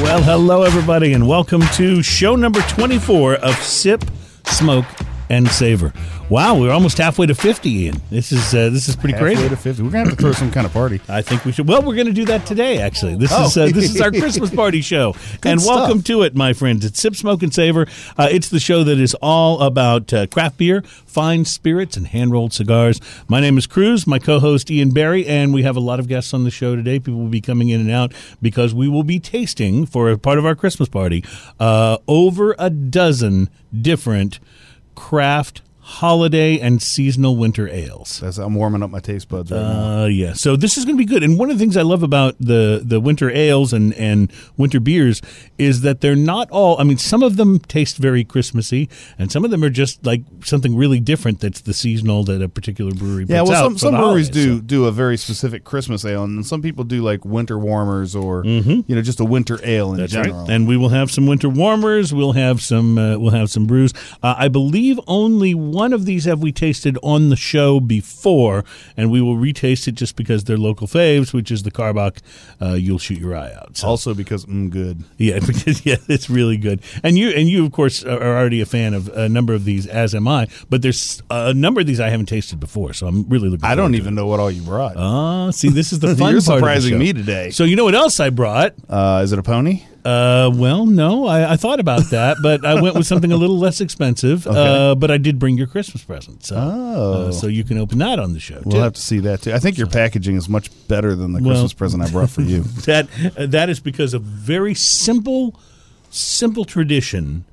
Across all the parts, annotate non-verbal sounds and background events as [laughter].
Well, hello, everybody, and welcome to show number 24 of Sip, Smoke, and Savor. Wow, we're almost halfway to 50, Ian. This is uh, this is pretty Halfway crazy. to 50. We're going to have to throw some kind of party. I think we should. Well, we're going to do that today. Actually, this is Oh. uh, this is our Christmas party [laughs] show, and stuff. welcome to it, my friends. It's Sip, Smoke, and Savor. Uh, it's the show that is all about uh, craft beer, fine spirits, and hand rolled cigars. My name is Cruz. My co-host Ian Barry, and we have a lot of guests on the show today. People will be coming in and out because we will be tasting for a part of our Christmas party uh, over a dozen different craft holiday and seasonal winter ales. That's, I'm warming up my taste buds right now. Uh, yeah. So this is going to be good. And one of the things I love about the the winter ales and and winter beers is that they're not all. I mean, some of them taste very Christmassy, and some of them are just like something really different. That's the seasonal that a particular brewery. Yeah, puts well, out some, for some the breweries holidays, do so. do a very specific Christmas ale, and some people do like winter warmers or you know just a winter ale in Mm-hmm. That's right. general. And we will have some winter warmers. We'll have some. Uh, we'll have some brews. Uh, I believe only one of these have we tasted on the show before, and we will retaste it just because they're local faves, which is the Carbach. Uh, you'll shoot your eye out. So. Also because mm, good. Yeah, [laughs] because yeah, it's really good. And you and you of course are are already a fan of a number of these, as am I. But there's a number of these I haven't tasted before, so I'm really looking. I forward don't to even know what all you brought. it. Uh, Ah, see, this is [laughs] the fun You're part of the surprising show. me today. So you know what else I brought? is it a pony? Uh, well, no, I, I thought about that, but I went with something a little less [laughs] expensive. Uh, but I did bring your Christmas present, so uh, so you can open that on the show. too. Oh. We'll have to see that too. I think your packaging is much better than the Well- Christmas present I brought [laughs] for you. that uh, that is because of very simple simple tradition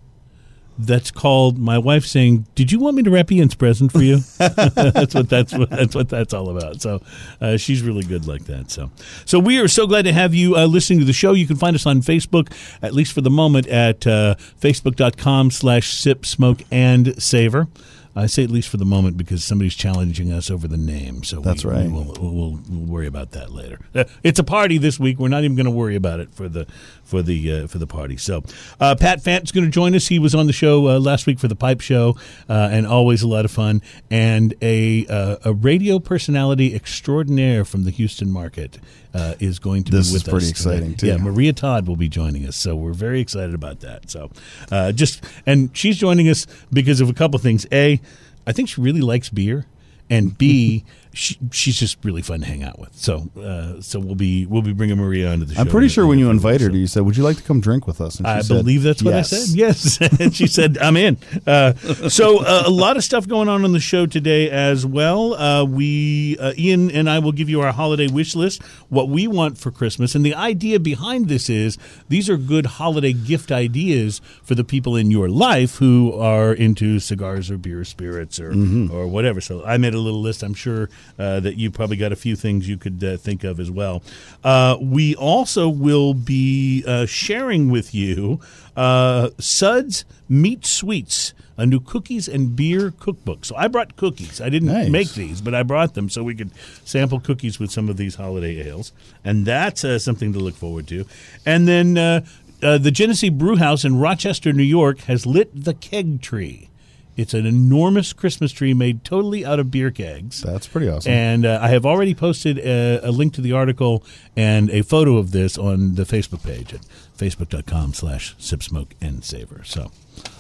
that's called my wife saying did you want me to wrap ian's present for [laughs] you that's what that's what that's what that's all about so uh, she's really good like that so so we are so glad to have you uh, listening to the show you can find us on facebook at least for the moment at uh, facebook.com slash sip smoke and savor I say at least for the moment because somebody's challenging us over the name, so That's we, right. We will we'll, we'll, we'll worry about that later. Uh, It's a party this week. We're not even going to worry about it for the for the uh, for the party. So uh, Pat Fant's going to join us. He was on the show uh, last week for the Pipe Show, uh, and always a lot of fun. And a uh, a radio personality extraordinaire from the Houston market uh, is going to This be is with us. pretty today. exciting, too. Yeah, Maria Todd will be joining us, so we're very excited about that. So uh, just and she's joining us because of a couple things. A, I think she really likes beer, and [laughs] B, she, she's just really fun to hang out with. So uh, so we'll be we'll be bringing Maria onto the show. I'm pretty sure when you invite her, to, you said, "Would you like to come drink with us?" And she I said, believe that's what yes. I said. Yes, [laughs] and she said, "I'm in." Uh, so uh, a lot of stuff going on on the show today as well. Uh, we uh, Ian and I will give you our holiday wish list, what we want for Christmas, and the idea behind this is these are good holiday gift ideas for the people in your life who are into cigars or beer, spirits, or or whatever. So I made a little list. I'm sure uh, that you probably got a few things you could uh, think of as well. Uh, we also will be uh, sharing with you uh, Suds Meat Sweets, a new cookies and beer cookbook. So I brought cookies. I didn't Nice. make these, but I brought them so we could sample cookies with some of these holiday ales, and that's uh, something to look forward to. And then. Uh, uh, the Genesee Brew House in Rochester, New York, has lit the keg tree. It's an enormous Christmas tree made totally out of beer kegs. That's pretty awesome. And uh, I have already posted a, a link to the article and a photo of this on the Facebook page at facebook.com slash sip smoke and savor. So,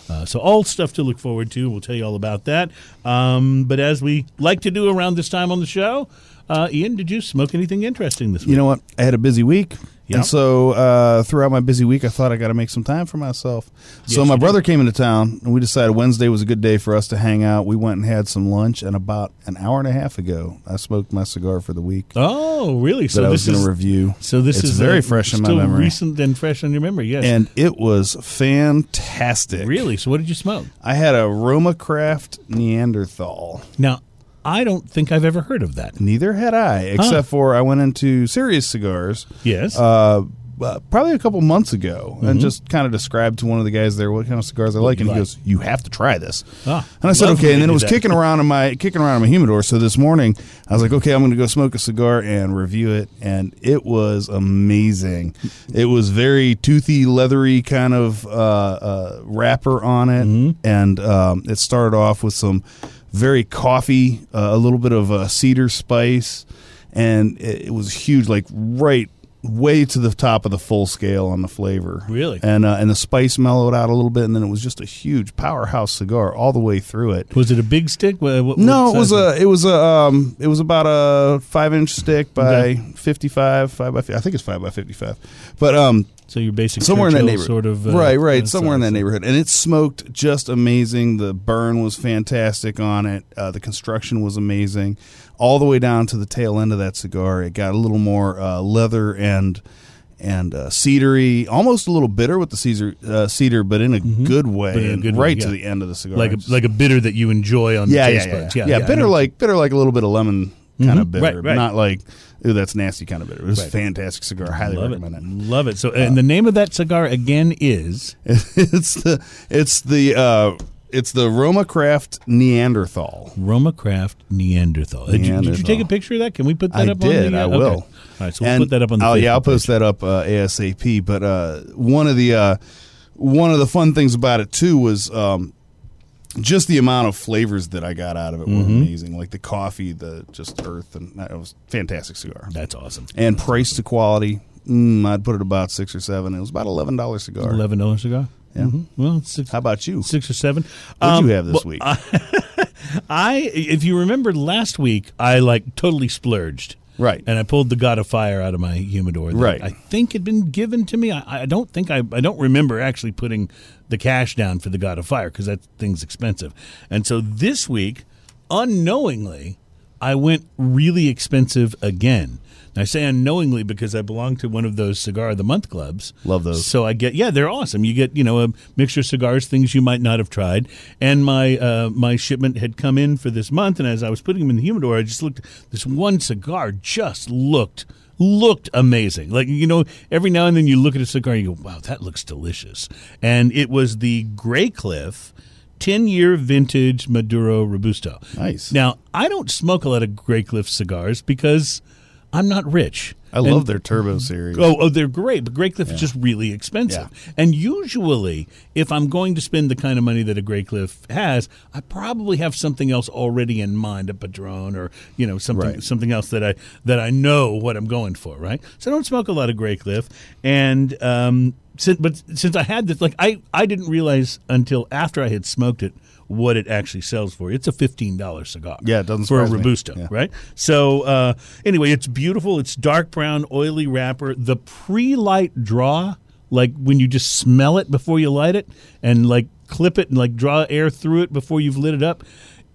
uh, so all stuff to look forward to. We'll tell you all about that. Um, but as we like to do around this time on the show, uh, Ian, did you smoke anything interesting this week? you know what? I had a busy week. Yeah. And so uh, throughout my busy week, I thought I got to make some time for myself. so Yes, my you brother came into town, and we decided Wednesday was a good day for us to hang out. We went and had some lunch, and about an hour and a half ago, I smoked my cigar for the week oh, really? that So I was this going is to review. so this It's is very uh, fresh in my still memory. recent and fresh on your memory. Yes, and it was fantastic. really. So what did you smoke? I had a Roma Craft Neanderthal. Now, I don't think I've ever heard of that. Neither had I, except for I went into Serious Cigars. Yes. Mm-hmm. uh, uh, probably a couple months ago and just kind of described to one of the guys there what kind of cigars I like, and you like. he goes, "You have to try this." Ah, and I said, love when "Okay." And they then do it was that. kicking around in my kicking around in my humidor. So this morning, I was like, "Okay, I'm going to go smoke a cigar and review it," and it was amazing. It was very toothy, leathery kind of uh, uh, wrapper on it, and um, it started off with some very coffee, uh, a little bit of uh, cedar spice and it, it was huge, like right way to the top of the full scale on the flavor. Really? And uh, and the spice mellowed out a little bit, and then it was just a huge powerhouse cigar all the way through it. Was it a big stick? What, what- No, what it was size a it was a um it was about a five inch stick by Okay. fifty five five by fi- I think it's five by fifty five, but um So your basic somewhere in that Churchill neighborhood, sort of uh, right, right, uh, somewhere in size. that neighborhood, and it smoked just amazing. The burn was fantastic on it. Uh, the construction was amazing, all the way down to the tail end of that cigar. It got a little more uh, leather and and uh, cedary, almost a little bitter with the Caesar uh, cedar, but in a good Mm-hmm. way, But in a and good way, right to yeah. the end of the cigar, like It's a, like a bitter that you enjoy on yeah, the yeah, taste yeah, buds. yeah, yeah. I bitter know. Mm-hmm. like bitter like a little bit of lemon kind of bitter, Right, right. not like ooh that's nasty kind of bitter. It was Right. a fantastic cigar. Highly Love it, recommend it. love it. So, and the name of that cigar again is [laughs] it's the it's the uh, it's the Roma Craft Neanderthal. Roma Craft Neanderthal. Did, you- did You, Neanderthal. take a picture of that? Can we put that I up? On did. the, I uh, will. okay. All right, so we'll And- put that up on the. Oh yeah, I'll Facebook post page. that up uh, ASAP. But uh, one of the uh, one of the fun things about it too was um, just the amount of flavors that I got out of it were Mm-hmm. amazing. Like the coffee, the just earth, and it was a fantastic cigar. That's awesome. And price to quality, mm, I'd put it about six or seven. It was about eleven dollars cigar. Eleven dollar cigar. Yeah. Mhm. Well, it's six, How about you? What six or seven. did Um, you have well, this week? I, if you remember last week, I like totally splurged. Right. And I pulled the God of Fire out of my humidor. that Right. I think had been given to me. I, I don't think I, I don't remember actually putting the cash down for the God of Fire because that thing's expensive. And so this week, unknowingly, I went really expensive again. And I say unknowingly because I belong to one of those cigar of the month clubs. Love those. So I get yeah, they're awesome. You get you know a mixture of cigars, things you might not have tried. And my uh, my shipment had come in for this month, and as I was putting them in the humidor, I just looked. This one cigar just looked looked amazing. Like you know, every now and then you look at a cigar and you go, "Wow, that looks delicious." And it was the Grey Cliff. 10 year vintage Maduro Robusto. Nice. Now, I don't smoke a lot of Grey Cliff cigars because I'm not rich. I love their turbo series. Oh, oh, they're great, but Grey Cliff is just really expensive. And usually, if I'm going to spend the kind of money that a Grey Cliff has, I probably have something else already in mind, a Padron or you know something Right. something else that I that I know what I'm going for, right? So I don't smoke a lot of Grey Cliff, and um, since, but since I had this, like I I didn't realize until after I had smoked it what it actually sells for. It's a fifteen dollar cigar. Yeah, it doesn't for a surprise me. robusto, Yeah. [laughs] right? So uh, anyway, it's beautiful. It's dark brown, oily wrapper. The pre-light draw, like when you just smell it before you light it, and like clip it and like draw air through it before you've lit it up.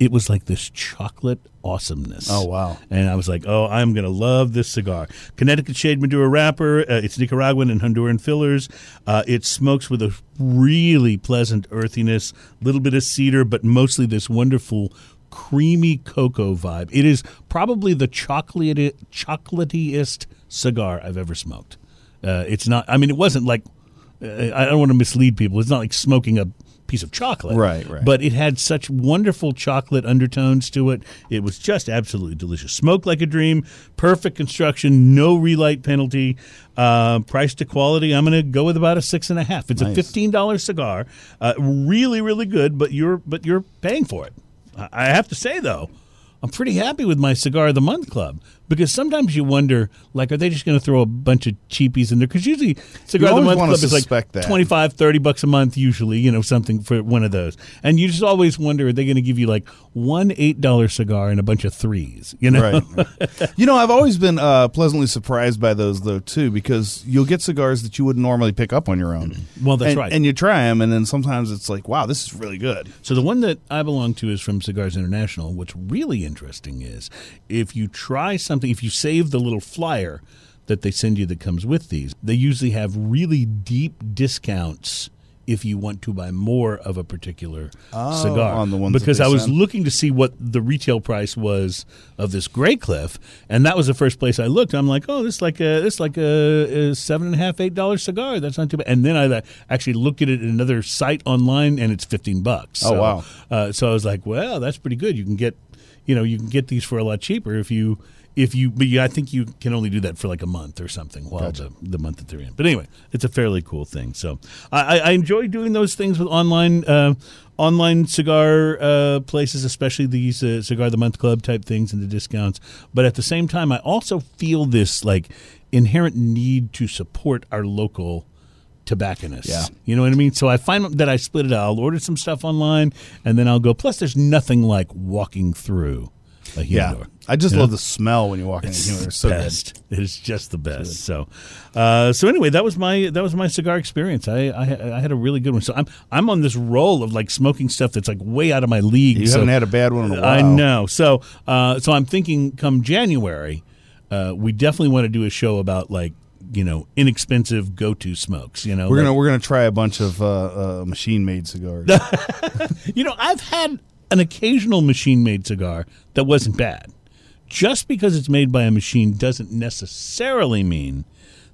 It was like this chocolate awesomeness. Oh, wow. And I was like, oh, I'm going to love this cigar. Connecticut Shade Maduro wrapper. Uh, it's Nicaraguan and Honduran fillers. Uh, it smokes with a really pleasant earthiness, a little bit of cedar, but mostly this wonderful creamy cocoa vibe. It is probably the chocolatey, chocolatiest cigar I've ever smoked. Uh, it's not, I mean, it wasn't like, uh, I don't want to mislead people. It's not like smoking a piece of chocolate. Right, right. But but it had such wonderful chocolate undertones to it. It was just absolutely delicious. Smoked like a dream, perfect construction, no relight penalty, uh, price to quality. I'm going to go with about a six and a half. It's a Nice. fifteen dollar cigar, uh, really, really good. But you're but you're paying for it. I- I have to say though. I'm pretty happy with my cigar of the month club because sometimes you wonder, like, are they just going to throw a bunch of cheapies in there? Because usually, cigar of the always month wanna club is like suspect that. 20 25 30 bucks a month usually you know something for one of those and you just always wonder are they going to give you like one eight dollar cigar and a bunch of threes you know right. you know, I've always been uh, pleasantly surprised by those though too, because you'll get cigars that you wouldn't normally pick up on your [laughs] own. Mm-hmm. Well, that's And- right. And you try them, and then sometimes it's like, wow, this is really good. so the one that i belong to is from cigars international what's really interesting is if you try something if you save the little flyer that they send you that comes with these they usually have really deep discounts if you want to buy more of a particular cigar Oh, on the ones that because they i was send. looking to see what the retail price was of this Grey Cliff, and that was the first place I looked. I'm like, oh, this is like a this is like a, a seven and a half eight dollar cigar. That's not too bad. And then I like, actually looked at it in another site online, and it's fifteen bucks. Oh, So, wow. Uh, so I was like, well, that's pretty good. You can get you know you can get these for a lot cheaper if you if you but yeah, I think you can only do that for like a month or something while the, the month that they're in. But anyway, it's a fairly cool thing. So I, I I enjoy doing those things with online uh, online cigar uh, places, especially these uh, cigar of the month club type things and the discounts. But at the same time, I also feel this like inherent need to support our local tobacconists. Yeah. You know what I mean? So I find that I split it out. I'll order some stuff online and then I'll go. Plus, there's nothing like walking through a Yeah. humidor. I just You know? love the smell when you walk in. It's the humidor. the It's so good. best. It is just the best. So, uh, so anyway, that was my that was my cigar experience. I, I I had a really good one. So I'm I'm on this roll of like smoking stuff that's like way out of my league. You so haven't had a bad one in a while. I know. So uh, so I'm thinking come January, uh, we definitely want to do a show about like you know inexpensive go to smokes. You know, We're like- gonna we're gonna try a bunch of uh, uh, machine made cigars. You know, I've had an occasional machine made cigar that wasn't bad. Just because it's made by a machine doesn't necessarily mean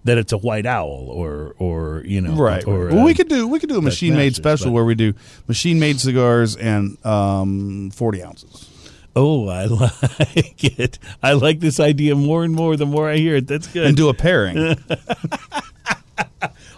that it's a white owl or or you know right. or well, uh, we could do we could do a machine made Masters, special but- where we do machine made cigars and um, forty ounces. oh I [laughs] like it I like this idea more and more the more I hear it that's good And do a pairing. [laughs]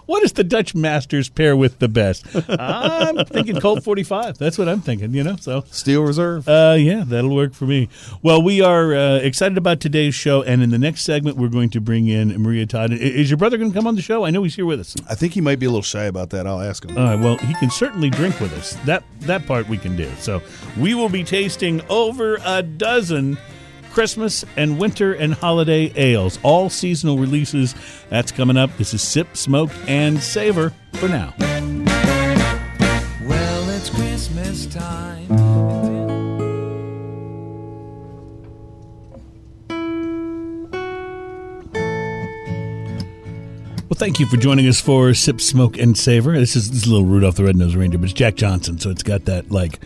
what does the Dutch masters pair with the [laughs] best I'm thinking Colt 45 that's what I'm thinking you know so Steel Reserve. Uh, yeah, that'll work for me. Well, we are uh, excited about today's show, and in the next segment, we're going to bring in Maria Todd. I- Is your brother going to come on the show? I know he's here with us. I think he might be a little shy about that. I'll ask him. All right. Well, he can certainly drink with us. That that part we can do. So we will be tasting over a dozen Christmas and winter and holiday ales, all seasonal releases. That's coming up. This is sip, smoke, and savor for now. Well, it's Christmas time. Well, thank you for joining us for Sip, Smoke, and Savor. This is, this is a little Rudolph the Red-Nosed Reindeer, but it's Jack Johnson, so it's got that, like,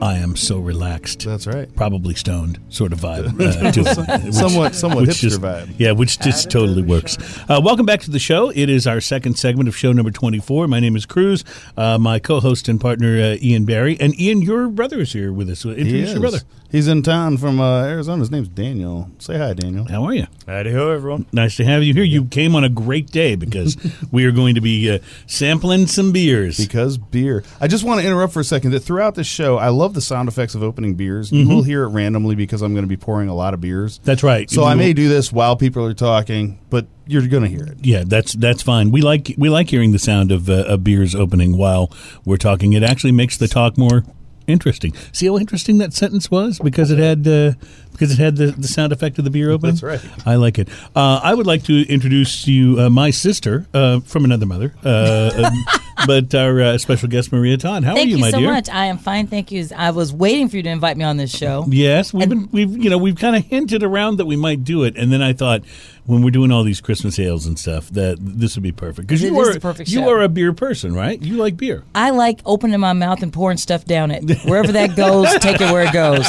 I am so relaxed, That's right. probably stoned sort of [laughs] vibe uh, to it. which- Somewhat somewhat hipster just, vibe. Yeah, which just totally works. Uh, welcome back to the show. It is our second segment of show number 24. My name is Cruz, uh, my co-host and partner, uh, Ian Barry. And Ian, your brother is here with us. So He Introduce is. your brother. He's in town from uh, Arizona. His name's Daniel. Say hi, Daniel. How are you? Howdy ho, everyone. Nice to have you here. You came on a great day [laughs] because we are going to be uh, sampling some beers. Because beer. I just want to interrupt for a second that throughout this show, I love the sound effects of opening beers. You will hear it randomly because I'm going to be pouring a lot of beers. That's right. so I may do this while people are talking, but you're going to hear it. Yeah, that's that's fine. We like we like hearing the sound of, uh, of beers opening while we're talking. It actually makes the talk more interesting. See how interesting that sentence was because it had uh, because it had the, the sound effect of the beer opening. That's right. I like it. Uh, I would like to introduce to you uh, my sister uh, from another mother, uh, [laughs] um, but our uh, special guest Maria Todd. How Thank are Oh, you, you, my so dear? much. I am fine. Thank you. I was waiting for you to invite me on [laughs] this show. Yes, we've been And- we've you know we've kind of hinted around that we might do it, and then I thought when we're doing all these Christmas ales and stuff that this would be perfect because It you is are the perfect you show. are a beer person, right? You like beer. I like opening my mouth and pouring stuff down it. Wherever [laughs] that goes, take it where it goes.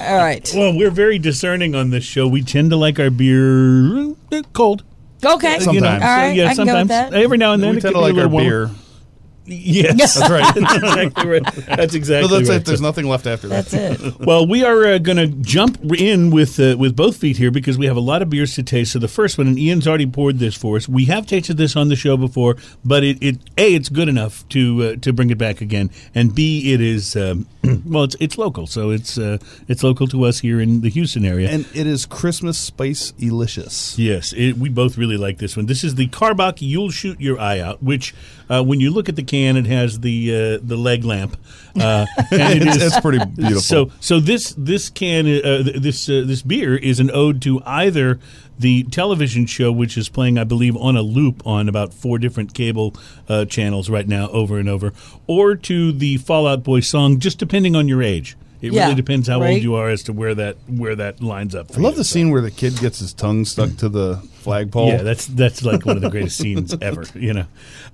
All right. Well, we're very discerning on this show. We tend to like our beer eh, cold. Okay. You know, Sometimes. All right. so, yeah, I can go sometimes with that. every now and then we it could tend be to a like our little warmer. beer. Yes, That's right. that's [laughs] exactly right. That's exactly No, that's right. it. There's nothing left after that. That's it. Well, we are uh, going to jump in with uh, with both feet here because we have a lot of beers to taste. So the first one, and Ian's already poured this for us. We have tasted this on the show before, but it, it a it's good enough to uh, to bring it back again, and b it is um, [clears throat] well it's it's local, so it's uh, it's local to us here in the Houston area. And it is Christmas Spice Elicious. Yes, it, we both really like this one. This is the Carbach You'll Shoot Your Eye Out, which uh, when you look at the can, it has the uh, the leg lamp. Uh, and [laughs] it It's, is, it's pretty [laughs] beautiful. so so this this can uh, th- this uh, this beer is an ode to either the television show which is playing I believe on a loop on about four different cable uh, channels right now over and over or to the Fallout Boy song just depending on your age. It Yeah, really depends how old right? you are as to where that where that lines up. I love the scene where the kid gets his tongue stuck to the flagpole. Yeah, that's that's like one of the [laughs] greatest scenes ever. You know,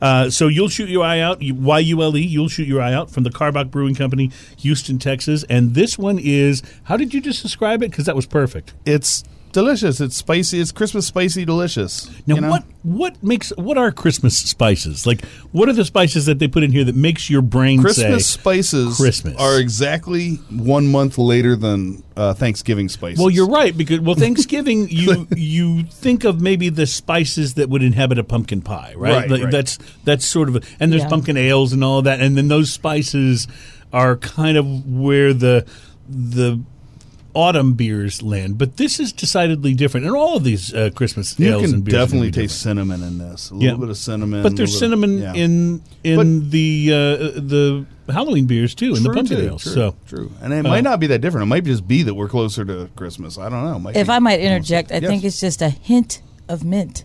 uh, so you'll shoot your eye out. you- Y U L E. You'll shoot your eye out from the Carbach Brewing Company, Houston, Texas. And this one is. How did you just describe it? Because that was perfect. it's delicious. It's spicy. It's Christmas spicy delicious. Now, you know? what what makes what are Christmas spices? Like, what are the spices that they put in here that makes your brain Christmas say? spices Christmas. are exactly one month later than uh, Thanksgiving spices. Well, you're right because [laughs] well, Thanksgiving you you think of maybe the spices that would inhabit a pumpkin pie, right? Right, Like, right. That's that's sort of a, and there's Yeah. pumpkin ales and all that, and then those spices are kind of where the the autumn beers land. But this is decidedely different, and all of these uh, Christmas You ales can and beers are gonna definitely be different. taste cinnamon in this. A Yeah. little bit of cinnamon. But there's a little bit cinnamon of- yeah. in in the uh, the Halloween beers too, in the True, pumpkin too, ales. True, So uh, true. And it might not be that different. It might just be that we're closer to Christmas. I don't know. It might If be I might interject, I Yes. think it's just a hint of mint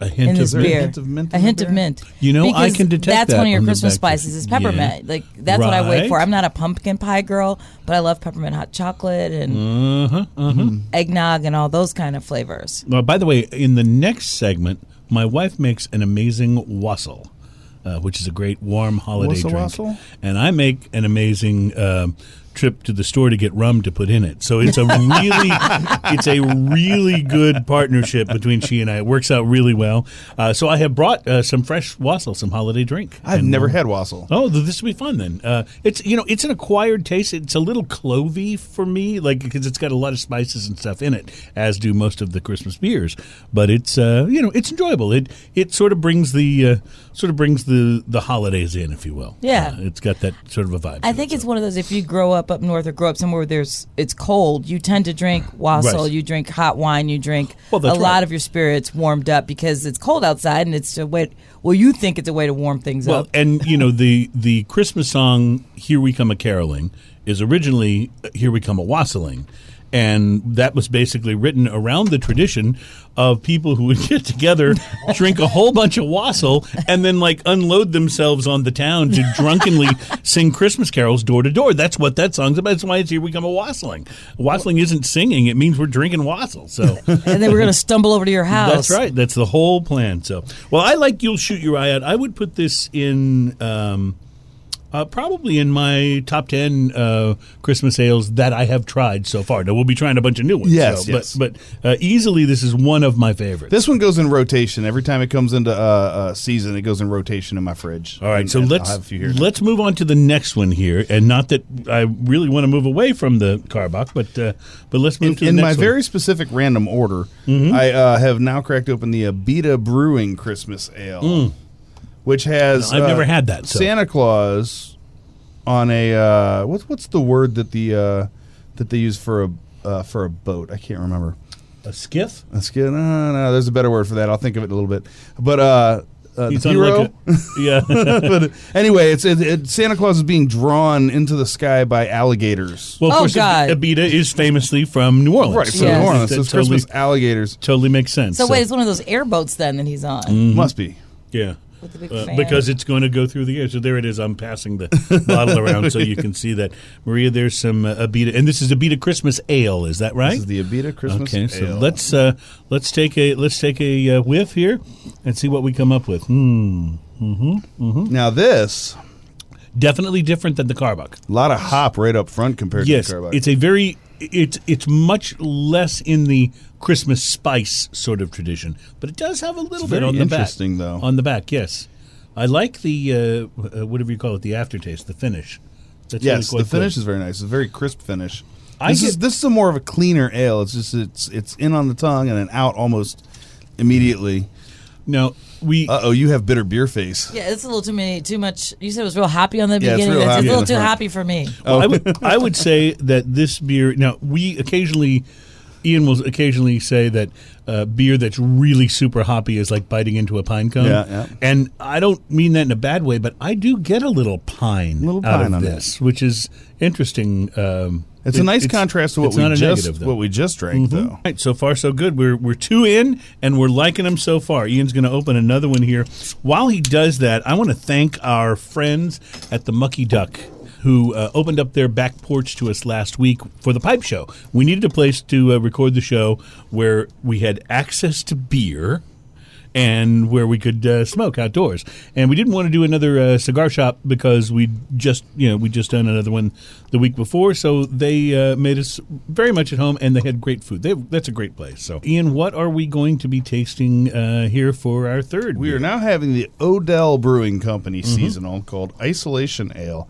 a in hint this of there a beer. hint of mint A in the hint of beer? mint. You know, I Because can detect That's that one of your on the Christmas back- spices is peppermint. Yeah. Like that's what I wait for. Right. I'm not a pumpkin pie girl, but I love peppermint hot chocolate and Uh-huh, eggnog and all those kind of flavors. Well, by the way, in the next segment, my wife makes an amazing wassail, uh, which is a great warm holiday Wassail drink, wassail? and I make an amazing. Um, trip to the store to get rum to put in it. So it's a [laughs] really it's a really good partnership between she and I. It works out really well. Uh, so I have brought uh, some fresh wassail, some holiday drink. I've And, never uh, had wassail. Oh, th- this will be fun then. Uh, it's you know, it's an acquired taste. It's a little clovey for me, like because it's got a lot of spices and stuff in it, as do most of the Christmas beers. But it's uh, you know, it's enjoyable. It it sort of brings the uh, sort of brings the the holidays in, if you will. Yeah. Uh, it's got that sort of a vibe. I to think it, it's one of those. If you grow up up north or grow up somewhere where there's it's cold, you tend to drink wassail. Right. You drink hot wine. You drink Well, a that's right. lot of your spirits warmed up because it's cold outside and it's a way. Well, you think it's a way to warm things well, up. and you know the the Christmas song "Here We Come a Caroling" is originally uh, "Here We Come a Wassailing." And that was basically written around the tradition of people who would [laughs] get together, drink a whole bunch of wassail, and then like unload themselves on the town to drunkenly [laughs] sing Christmas carols door to door. That's what that song's about. That's why it's here we come a wassailing. Wassailing isn't singing; it means we're drinking wassail. So and then we're gonna stumble over to your house. [laughs] that's right. That's the whole plan. So, well, I like you'll shoot your eye out. I would put this in um, uh, probably in my top ten uh, Christmas ales that I have tried so far. Now we'll be trying a bunch of new ones. Yes, so, yes. but but uh, easily this is one of my favorites. This one goes in rotation. Every time it comes into uh, uh, season, it goes in rotation in my fridge. All right, And- so and let's I'll have a few here. let's move on to the next one here, and not that I really want to move away from the Carbach, but uh, but let's move in, to the in next my one. Mm-hmm. very specific random order, I uh, have now cracked open the Abita Brewing Christmas Ale, which has No, Mm. I've uh, never had that, so. Santa Claus on a uh, what's what's the word that the uh, that they use for a uh, for a boat? I can't remember. a skiff. Let's get no, no. There's a better word for that. I'll think of it in a little bit. But uh, uh, He's the on hero. like a yeah. [laughs] [laughs] but uh, anyway, it's it, it, Santa Claus is being drawn into the sky by alligators. Well, of Oh, course, God. Abita is famously from New Orleans. right, so Yes. New Orleans, That it's totally- Christmas alligators Totally makes sense. So, wait, it's one of those airboats then that he's on. Mm. Mm-hmm. must be. yeah. With the big Uh, fan. because it's going to go through the air. So there it is. I'm passing the [laughs] bottle around so you can see that. Maria, there's some uh, Abita, and this is Abita Christmas Ale. Is that right? This is the Abita Christmas okay, so Ale. let's uh, let's take a let's take a uh, whiff here and see what we come up with. Hmm. Mm-hmm. now this Definitely different than the Carbuck. a lot of hop right up front compared Yes, to the Carbuck. it's a very it's it's much less in the Christmas spice sort of tradition, but it does have a little bit very on the back. interesting, though. On the back, yes. I like the uh, uh, whatever you call it, the aftertaste, the finish. That's really yes, quite the finish good. is very nice. It's a very crisp finish. I this is get- this is a more of a cleaner ale. It's just it's it's in on the tongue and then out almost immediately. Now we Uh oh, you have bitter beer face. Yeah, it's a little too many, too much. You said it was real happy on the Yeah, it's beginning. real That's hoppy in a little the too front. happy for me. Oh. Well, I would I would say that this beer. Now we occasionally, Ian will occasionally say that uh, beer that's really super hoppy is like biting into a pine cone. Yeah, yeah. And I don't mean that in a bad way, but I do get a little pine, Little out pine of on this, which is interesting. Um, It's it- a nice contrast to what it's we not a just negative, though. Mm-hmm. what we just drank though. All right, so far so good. We're we're two in, and we're liking them so far. Ian's going to open another one here. While he does that, I want to thank our friends at the Mucky Duck. Who uh, opened up their back porch to us last week for the pipe show? We needed a place to uh, record the show where we had access to beer and where we could uh, smoke outdoors. And we didn't want to do another uh, cigar shop because we just you know we just done another one the week before, so they uh, made us very much at home, and they had great food. They, that's a great place. So, Ian, what are we going to be tasting uh, here for our third? We are beer? now having the Odell Brewing Company Mm-hmm. seasonal called Isolation Ale.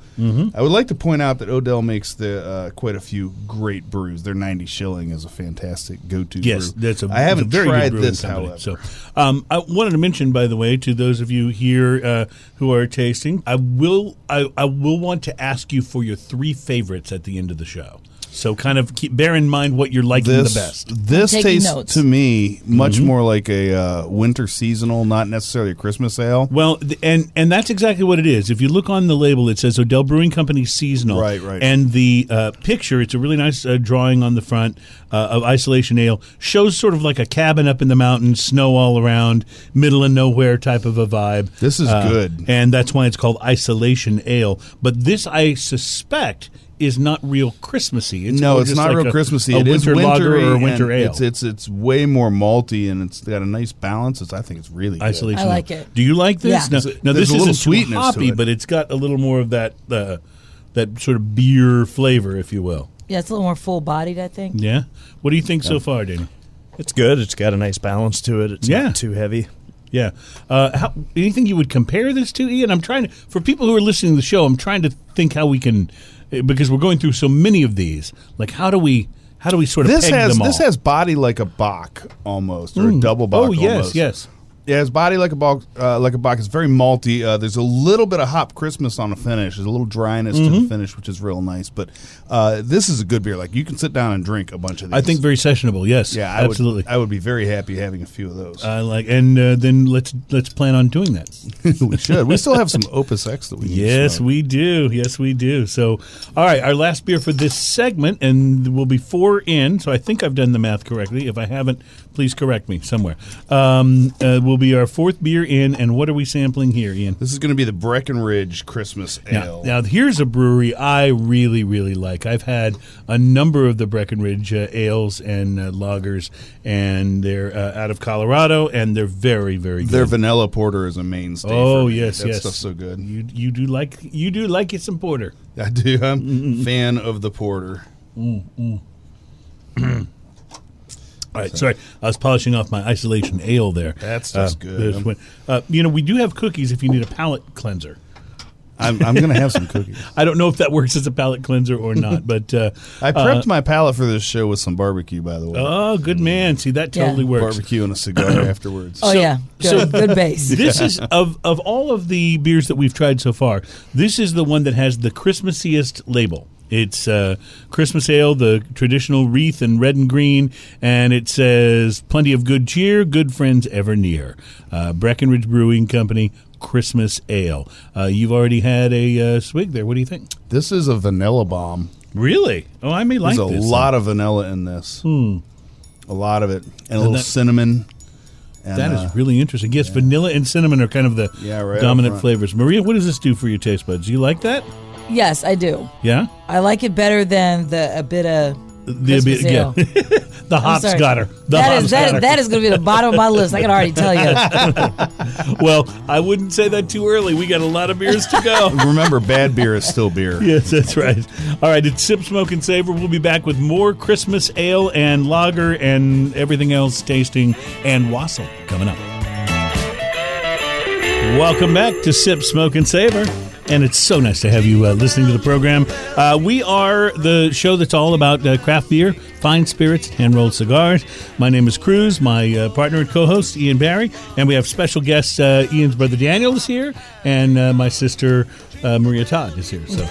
I would like to point out that Odell makes the uh, quite a few great brews. Their ninety shilling is a fantastic go-to. Yes, brew. that's a. I haven't it's a very tried good brewing this, company. however. So, um, I wanted to mention, by the way, to those of you here uh, who are tasting, I will, I, I will want to ask you for your three favorites at the end of the show. So, kind of keep bear in mind what you're liking this the best. Mm-hmm. this I'm taking tastes notes. to me much more like a uh, winter seasonal, not necessarily a Christmas ale. Well, th- and and that's exactly what it is. If you look on the label, it says Odell Brewing Company seasonal. Right, right. And the uh, picture, it's a really nice uh, drawing on the front uh, of Isolation Ale. Shows sort of like a cabin up in the mountains, snow all around, middle of nowhere type of a vibe. Uh, This is good. and that's why it's called Isolation Ale. But this, I suspect. Is not real Christmassy. It's no, more it's just not like real a- Christmassy. A It is winter lager wintry or a and winter ale. It's, it's it's way more malty and it's got a nice balance. It's I think it's really good. isolation. I Ale. like it. Do you like this? Yeah. No, no this There's a little isn't sweetness to too hoppy, it. but it's got a little more of that uh, that sort of beer flavor, if you will. Yeah, it's a little more full bodied, I think. Yeah. What do you think so far, Danny? It's good. It's got a nice balance to it. It's Yeah. not too heavy. Yeah. Uh, how, anything you would compare this to, Ian? I'm trying to, for people who are listening to the show, I'm trying to think how we can, eh, because we're going through so many of these. Like, how do we, how do we sort of This peg has them all? this has body like a Bach almost or a double Bach. oh yes, almost. yes. Yeah, his body like a bog, uh, like a box. It's very malty. Uh, there's a little bit of hop Christmas on the finish. There's a little dryness to the finish, which is real nice. But uh, this is a good beer. Like you can sit down and drink a bunch of these. I think very sessionable. Yes. yeah, I absolutely. Would, I would be very happy having a few of those. I like, and uh, then let's let's plan on doing that. [laughs] we should. We still have some Opus X that we. Need to Yes, smoke. we do. Yes, we do. So, all right, our last beer for this segment, and we'll be four in. So, I think I've done the math correctly. If I haven't, please correct me somewhere. Um, uh, will be our fourth beer in, and what are we sampling here, Ian? This is going to be the Breckenridge Christmas Now, Ale. now, here's a brewery I really, really like. I've had a number of the Breckenridge uh, ales and uh, lagers, and they're uh, out of Colorado, and they're very, very good. Their vanilla porter is a mainstay. oh for me. yes, that yes, stuff's so good. You you do like you do like it some porter. I do. I'm a fan of the porter. All right, sorry. I was polishing off my isolation ale there. That's just Uh, good. there's I'm- one- uh, you know, we do have cookies if you need a palate cleanser. I'm, I'm going to have some cookies. I don't know if that works as a palate cleanser or not, but uh, [laughs] I prepped my palate for this show with some barbecue, by the way. oh, good man. See, that Yeah. totally works. barbecue and a [coughs] cigar afterwards. Oh, yeah. Good, so- good [laughs] base. This is of of all of the beers that we've tried so far. This is the one that has the Christmassiest label. It's uh, Christmas ale, the traditional wreath in red and green, and it says "Plenty of good cheer, good friends ever near." Uh, Breckenridge Brewing Company Christmas ale. Uh, you've already had a uh, swig there. What do you think? This is a vanilla bomb. Really? Oh, I may like There's a this. lot of vanilla in this. A lot of it, Hmm. and a little that- cinnamon. And, That is uh, really interesting. Yes, vanilla and cinnamon are kind of the Yeah, right up dominant front. flavors. Maria, what does this do for your taste buds? Do you like that? Yes, I do. Yeah. I like it better than the a bit of. The, Christmas ale. [laughs] the I'm hops sorry. got her. The That hops is that, got her. that is going to be the bottom of my list. I can already [laughs] tell you. well, I wouldn't say that too early. We got a lot of beers to [laughs] go. uh, remember, bad beer is still [laughs] beer. yes, that's right. All right, it's Sip, Smoke, and Savor. We'll be back with more Christmas ale and lager and everything else tasting and wassail coming up. Welcome back to Sip, Smoke, and Savor. And it's so nice to have you uh, listening to the program. Uh, we are the show that's all about uh, craft beer, fine spirits, hand rolled cigars. My name is Cruz, my uh, partner and co host, Ian Barry. And we have special guests uh, Ian's brother Daniel is here, and uh, my sister uh, Maria Todd is here. So,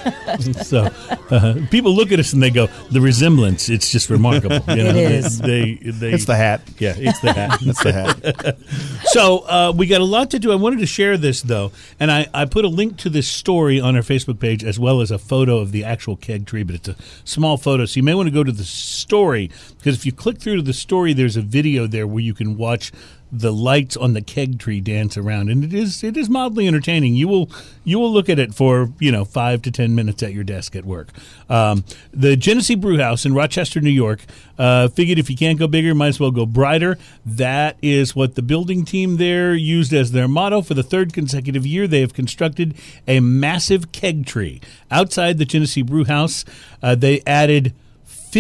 so uh, people look at us and they go, the resemblance, it's just remarkable. You know, It they- is. They, they, It's the hat. Yeah, it's the hat. It's the [laughs] hat. So uh, we got a lot to do. I wanted to share this though, and I, I put a link to this story on our Facebook page as well as a photo of the actual keg tree, but it's a small photo, so you may want to go to the story because if you click through to the story, there's a video there where you can watch the lights on the keg tree dance around, and it is it is mildly entertaining. You will you will look at it for you know five to ten minutes at your desk at work. Um, the Genesee Brew House in Rochester, New York, uh, figured if you can't go bigger, might as well go brighter. That is what the building team there used as their motto for the third consecutive year. They have constructed a massive keg tree outside the Genesee Brew House. Uh, they added.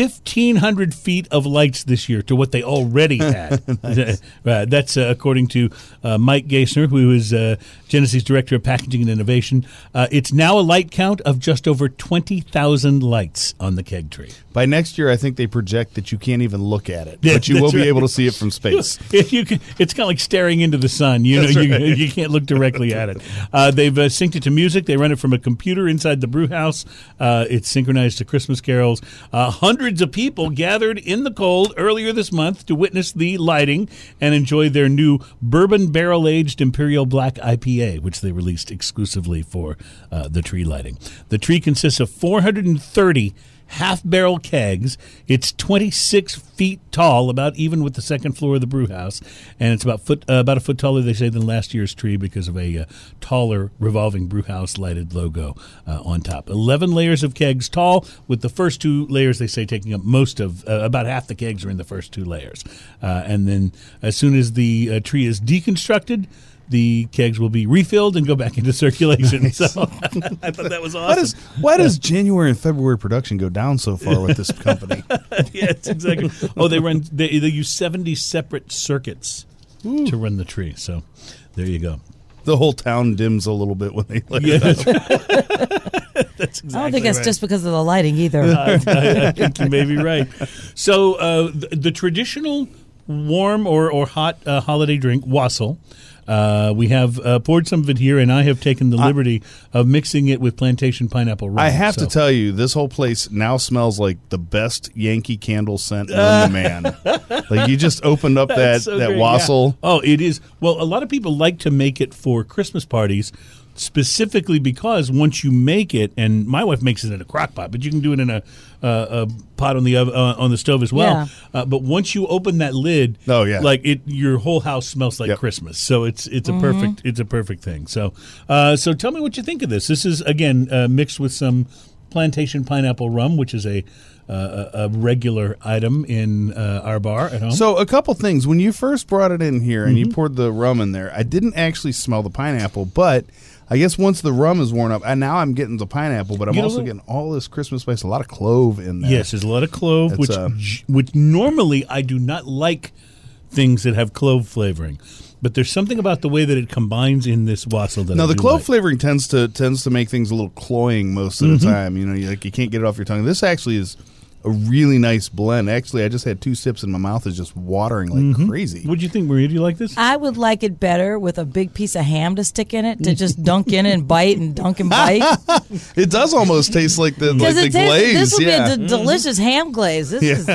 1,500 feet of lights this year to what they already had. Uh, that's uh, according to uh, Mike Gaisner, who is uh, Genesee's Director of Packaging and Innovation. Uh, it's now a light count of just over 20,000 lights on the keg tree. By next year, I think they project that you can't even look at it, Yeah, but you will that's be right. able to see it from space. If [laughs] you can, it's kind of like staring into the sun. You know, you, you can't look directly at it. Uh, they've uh, synced it to music. They run it from a computer inside the brew house. Uh, it's synchronized to Christmas carols. Uh, hundreds of people gathered in the cold earlier this month to witness the lighting and enjoy their new bourbon barrel aged Imperial Black IPA, which they released exclusively for uh, the tree lighting. The tree consists of 430 half barrel kegs. It's 26 feet tall, about even with the second floor of the brew house, and it's about foot uh, about a foot taller. They say than last year's tree because of a uh, taller revolving brew house lighted logo uh, on top. Eleven layers of kegs tall, with the first two layers they say taking up most of uh, about half the kegs are in the first two layers, uh, and then as soon as the uh, tree is deconstructed. The kegs will be refilled and go back into circulation. [laughs] So I thought that was awesome. [laughs] Why does why does January and February production go down so far with this [laughs] company? [laughs] yes, exactly. Oh, they run. They, they use seventy separate circuits to run the tree. So, there you [laughs] go. the whole town dims a little bit when they light it Yeah, up. I don't think Exactly that's right. just because of the [laughs] lighting either. [laughs] I, I think you may be right. So, uh, the, the traditional warm or or hot uh, holiday drink wassail. Uh, we have uh, poured some of it here, and I have taken the liberty of mixing it with plantation pineapple rum. I have So- to tell you, this whole place now smells like the best Yankee candle scent known to man. [laughs] Like you just opened up that That's so that great, wassail. yeah. Oh, it is. Well, a lot of people like to make it for Christmas parties specifically because once you make it, and my wife makes it in a crock pot, but you can do it in a, uh, a pot on the ov- uh, on the stove as well. Uh, but once you open that lid, Oh, yeah. like it, your whole house smells like Yep. Mm-hmm. Christmas. So it's it's a perfect it's a perfect thing. So uh, so tell me what you think of this. This is again uh, mixed with some plantation pineapple rum, which is a uh, a a regular item in uh, our bar at home. So a couple things. When you first brought it in here and Mm-hmm. you poured the rum in there, I didn't actually smell the pineapple, but I guess once the rum is worn up, and now I'm getting the pineapple, but I'm Get a also little- getting all this Christmas spice, a lot of clove in there. Yes, there's a lot of clove, That's, which uh, j- which normally I do not like things that have clove flavoring, but there's something about the way that it combines in this wassail that Now I the do clove like. flavoring tends to tends to make things a little cloying most of the Mm-hmm. time. You know, you, like you can't get it off your tongue. This actually is a really nice blend. Actually, I just had two sips and my mouth is just watering like Mm-hmm. crazy. What do you think, Maria? Do you like this? I would like it better with a big piece of ham to stick in it to just dunk in and bite and dunk and [laughs] bite. It does almost taste like [laughs] the like Because the it tastes- glaze. This would yeah. be Mm-hmm. a d- delicious ham glaze. This is.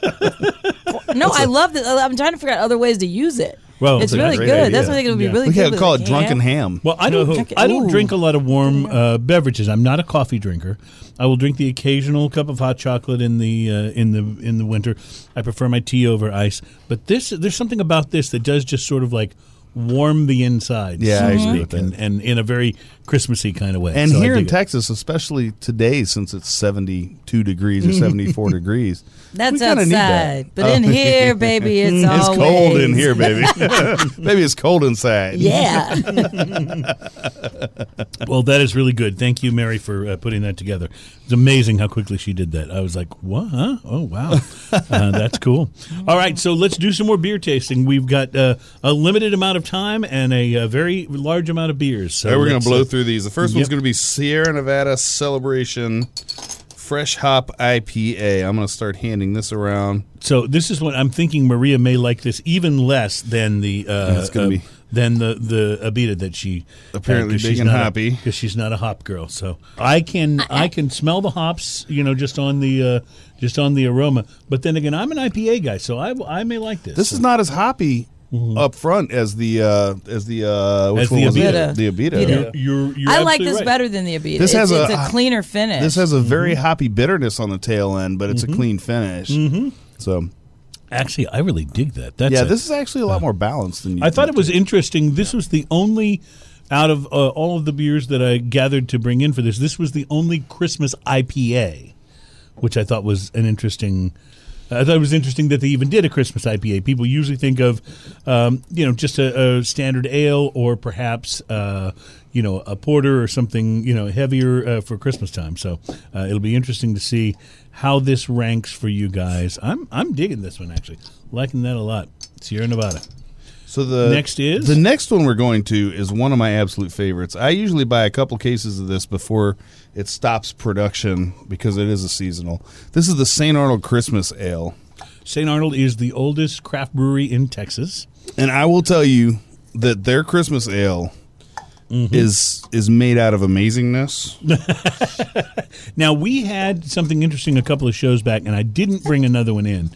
[laughs] no, I love this. I'm trying to figure out other ways to use it. Well, it's it's a really great good. idea. That's what I think it would be Yeah. really we good. could with, call it like, drunken ham. Well, I don't. No. I don't Ooh. drink a lot of warm uh, beverages. I'm not a coffee drinker. I will drink the occasional cup of hot chocolate in the uh, in the in the winter. I prefer my tea over ice. But this, there's something about this that does just sort of like warm the inside. Yeah, so I to agree speak, with and, and in a very Christmassy kind of way. and So I here in dig it. Texas, especially today, since it's seventy two degrees [laughs] or seventy four degrees, we That's kinda need that. Oh. outside, but in here, baby, it's [laughs] It's always cold in here, [laughs] baby. [laughs] Maybe it's cold inside. Yeah, Well, that is really good. Thank you, Mary, for uh, putting that together. It's amazing how quickly she did that. I was like, "What? Huh? Oh, [laughs] wow, uh, that's cool." All right, so let's do some more beer tasting. We've got uh, a limited amount of time and a, uh very large amount of beers. So All right, we're going let's, to blow uh, through these. The first one's Yep. going to be Sierra Nevada Celebration Fresh Hop IPA. I'm going to start handing this around. So this is what I'm thinking. Maria may like this even less than the uh, it's gonna uh, be- than the the Abita that she Apparently big and hoppy. because she's not a hop girl. So I can I can smell the hops, you know, just on the uh, just on the aroma. But then again, I'm an IPA guy, so I, I may like this. This is not as hoppy up front as the uh, Mm-hmm. as the uh, which As one the was it? Abita. The Abita. Abita. you're, you're, [laughs] you're I like absolutely this right. better than the Abita. This it's, has it's a- a, cleaner finish. Mm-hmm. Mm-hmm. This has a very hoppy bitterness on the tail end, but it's a clean finish. So Actually, I really dig that. That's yeah, a- this is actually a lot more balanced than you. I thought it think. was interesting. This was the only out of uh, all of the beers that I gathered to bring in for this. This was the only Christmas IPA, which I thought was an interesting. I thought it was interesting that they even did a Christmas IPA. People usually think of, um, you know, just a, a standard ale or perhaps, uh, you know, a porter or something, you know, heavier uh, for Christmas time. So uh, it'll be interesting to see how this ranks for you guys. I'm I'm digging this one actually, liking that a lot. Sierra Nevada. So the Next is? the next one we're going to is one of my absolute favorites. I usually buy a couple cases of this before it stops production because it is a seasonal. This is the St. Arnold Christmas Ale, St. Arnold is the oldest craft brewery in Texas. and I will tell you that their Christmas ale Mm-hmm. is is made out of amazingness. Now, we had something interesting a couple of shows back, and I didn't bring another one in,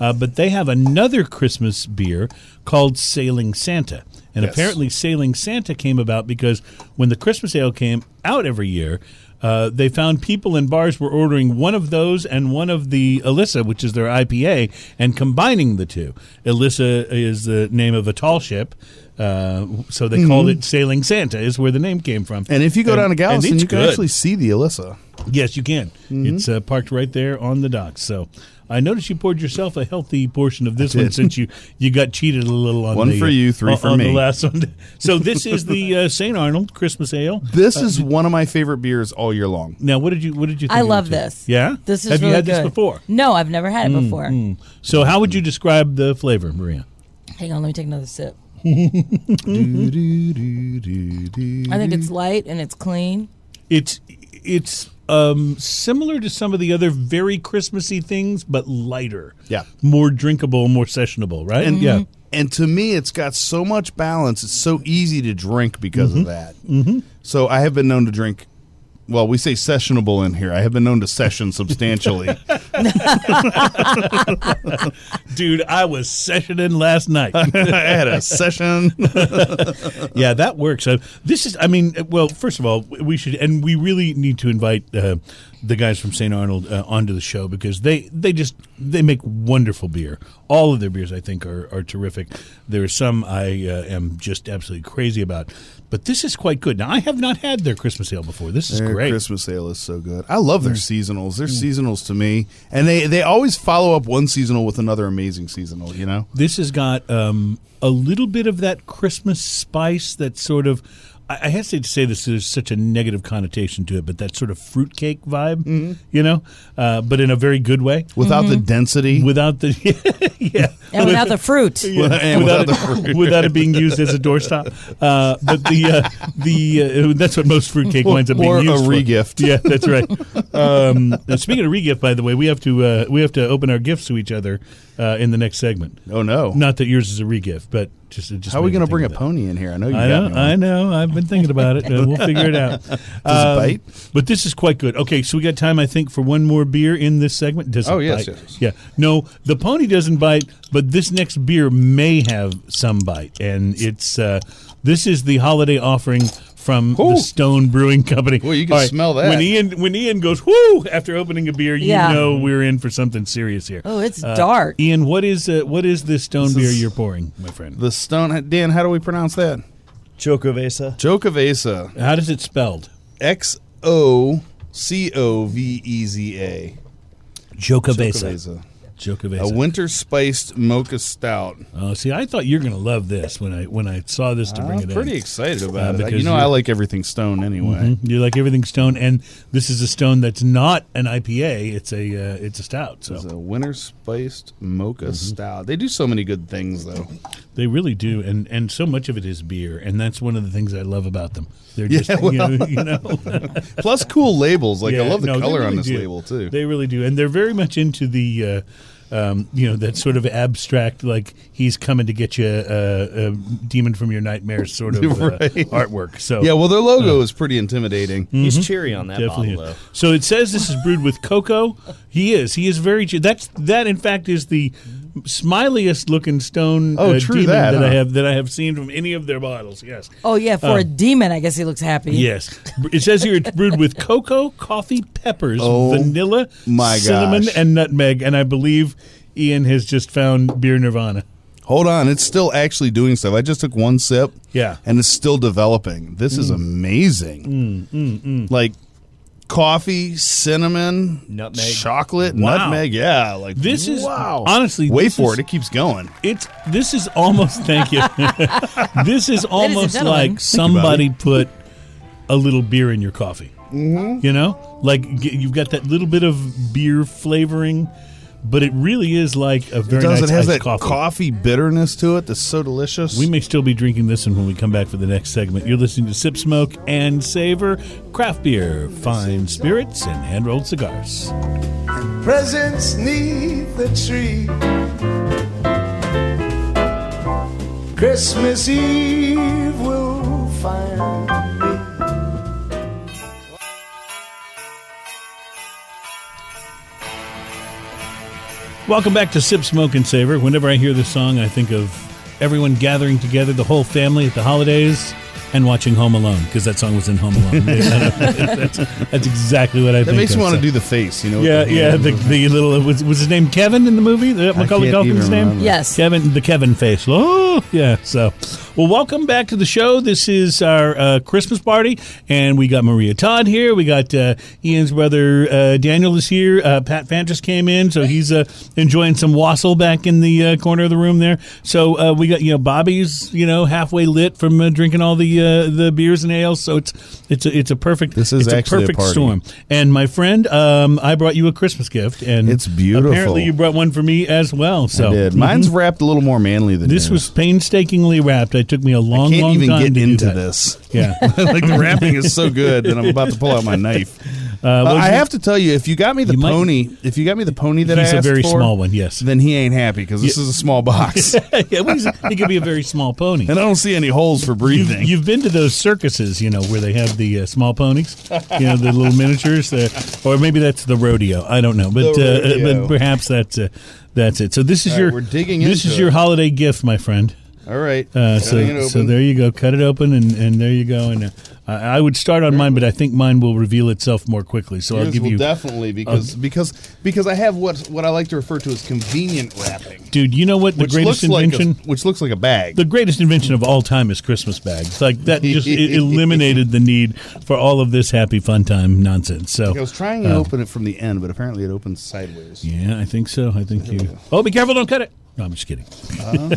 uh, but they have another Christmas beer called Sailing Santa. And Yes. apparently, Sailing Santa came about because when the Christmas ale came out every year, uh, they found people in bars were ordering one of those and one of the Alyssa, which is their IPA, and combining the two. Alyssa is the name of a tall ship, uh, so they called it Sailing Santa, is where the name came from. Mm-hmm. And if you go down to Galveston, it's you can good. actually see the Alyssa. Yes, you can. It's uh, parked right there on the docks. So I noticed you poured yourself a healthy portion of this one did. since you, you got cheated a little on One the, for you, three on- for on the me. last one. So this is [laughs] the uh, St. Arnold Christmas Ale. This is one of my favorite beers all year long. Now, what did you what did you? think I of love the two? this. Yeah, This is have really you had good. this before? Mm, No, I've never had it before. So how would you describe the flavor, Maria? Hang on, let me take another sip. Mm-hmm. I I think it's light and [laughs] it's clean. It's it's um, similar to some of the other very Christmassy things, but lighter. Yeah. more drinkable, more sessionable. Right? And- yeah. and to me it's got so much balance it's so easy to drink because of that mm-hmm. so i have been known to drink well we say sessionable in here i have been known to [laughs] session substantially [laughs] Dude, I was sessioning last night. i had a [laughs] session yeah, that works. Uh, this is, I mean, uh, well, first of all, w- we should, and we really need to invite uh, the guys from St. Arnold uh, onto the show because they they just they make wonderful beer. All of their beers, I think, are are terrific. There are some I uh, am just absolutely crazy about, but this is quite good. Now, I have not had their Christmas ale before. This is Their great. Christmas ale is so good. I love their seasonals. Their seasonals to me, and they they always follow up one seasonal with another amazing seasonal. You know, this has got um, a little bit of that Christmas spice that sort of. I I hesitate to say this. There's such a negative connotation to it, but that sort of fruitcake vibe, Mm-hmm. you know, uh, but in a very good way, without Mm-hmm. the density, without the [laughs] yeah, And [laughs] without the fruit. and without, the it, [laughs] fruit. without it being used as a doorstop. Uh, but the uh, the uh, that's what most fruitcake winds up being Or a used for. regift. Yeah, that's right. Um, [laughs] and speaking of regift, by the way, we have to uh, we have to open our gifts to each other uh, in the next segment. oh no! Not that yours is a regift, but just, it just How are we made me going to think bring a of that. pony in here? I know you I got know, me one. I know. I've been thinking about [laughs] it. Uh, we'll figure it out. Does it bite? But this is quite good. Okay, so we got time, I think, for one more beer in this segment. Does it Oh, yes, bite? yes. yeah. No, the pony doesn't bite, but this next beer may have some bite, and it's uh, this is the holiday offering from Ooh. the Stone Brewing Company. Well, you can All right, smell that. when Ian when Ian goes whoo after opening a beer, you Yeah. know we're in for something serious here. Oh, it's dark. Uh, Ian, what is uh, what is this Stone beer is- you're pouring, my friend? The stone, Dan. How do we pronounce that? Chocovesa. Jokavesa. How does it spelled? X O C O V E Z A. Jokavesa. Jokavesa. uh, A Jokavesa. winter spiced mocha stout. Oh, see, I thought you're going to love this when I when I saw this to bring I'm it Ah, pretty in. excited Uh, about it. You because know, you- Mm-hmm. I like everything stone anyway. you like everything stone, and this is a stone that's not an IPA. It's a uh, it's a stout. So It's a winter spiced mocha Mm-hmm. stout. They do so many good things though. they really do, and and so much of it is beer, and that's one of the things I love about them. They're Yeah, just you know, [laughs] you know Plus cool labels. Like I Yeah, love the no, they color on really this do. label too. They really do, and they're very much into the. Uh, um, you know that sort of abstract, like he's coming to get you a, a demon from your nightmares sort [laughs] of uh, Right. artwork. So yeah, well their logo Uh. is pretty intimidating. He's cheery on that Definitely. bottle, is. though. So it says this is brewed with cocoa. He is. He is very. che- That's that. In fact, is the smiliest looking stone. uh, Oh, true demon that, I huh? have that I have seen from any of their bottles. Yes. Oh yeah, for uh, a demon, I guess he looks happy. Yes. It says here it's brewed with cocoa, coffee, peppers, Oh, vanilla, my cinnamon, gosh. and nutmeg, and I believe Ian has just found beer nirvana. Hold on, it's still actually doing stuff. I just took one sip. Yeah. Mm. And it's still developing. This is amazing. Like coffee, cinnamon, Nutmeg. chocolate, Wow. nutmeg. Yeah, like This is wow. honestly. Wait this for is- it. It keeps going. It's this is almost thank you. [laughs] this is almost gentlemen. like somebody put a little beer in your coffee. Mm-hmm. You know, like g- you've got that little bit of beer flavoring, but it really is like a It very does. nice it has iced that coffee. coffee. bitterness to it. That's so delicious. We may still be drinking this one when we come back for the next segment. You're listening to Sip Smoke and Savor craft beer, fine spirits, and hand rolled cigars. presents neath the tree. Christmas Eve will find me. Welcome back to Sip Smoke and Savor. Whenever I hear this song, I think of everyone gathering together, the whole family at the holidays, and watching Home Alone because that song was in Home [laughs] Alone. that's, that's exactly what I that think. makes of, me want so. to do the face. You know. Yeah, yeah. The, the little was, was his name Kevin in the movie? The Macaulay can't even Culkin's name? remember. Yes. Kevin, the Kevin face. Oh, yeah. So, well, welcome back to the show. This is our uh, Christmas party, and we got Maria Todd here. We got uh, Ian's brother uh, Daniel is here. Uh, Pat Fan just came in, so he's uh, enjoying some wassail back in the uh, corner of the room there. So uh, we got you know Bobby's you know halfway lit from uh, drinking all the uh, the beers and ales. So it's it's a, it's a perfect This is it's a actually a perfect party. storm. And my friend, um, I brought you a Christmas gift, and It's beautiful. Apparently, you brought one for me as well. So I did. Mine's wrapped a little more manly than Mm-hmm. this was yours. painstakingly wrapped. It took me a long, Can't long even time get to into do that. this. [laughs] Yeah, [laughs] like the wrapping is so good that I'm about to pull out my knife. Uh, I have to tell you, if you got me the You might- pony, if you got me the pony that he's a I asked very for, small one. Yes, [laughs] then he ain't happy because this is a small box, [laughs] and yeah. well, he's- he could be a very small pony. I don't see any holes for You've, breathing. you've been to those circuses, you know, where they have the uh, small ponies, you know, the [laughs] little miniatures, uh, or maybe that's the rodeo. I don't know, but The uh, uh, rodeo. but perhaps that's uh, that's it. So this is All right, your we're digging this into is your it. holiday gift, my friend. All right, Uh, Cutting it so, open. so there you go. Cut it open, and, and there you go. And uh, I, I would start on mine, but I think mine will reveal itself more quickly. So I'll Yours give will you, definitely because because because I have what what I like to refer to as convenient wrapping, dude. You know what? The which greatest looks invention, like a, which looks like a bag. the greatest invention of all time, is Christmas bags. Like that just [laughs] it eliminated the need for all of this happy fun time nonsense. So I was trying Uh. to open it from the end, but apparently it [laughs] opens sideways. [laughs] yeah, I think so. I think you. Oh, be careful! Don't cut it. No, I'm just kidding.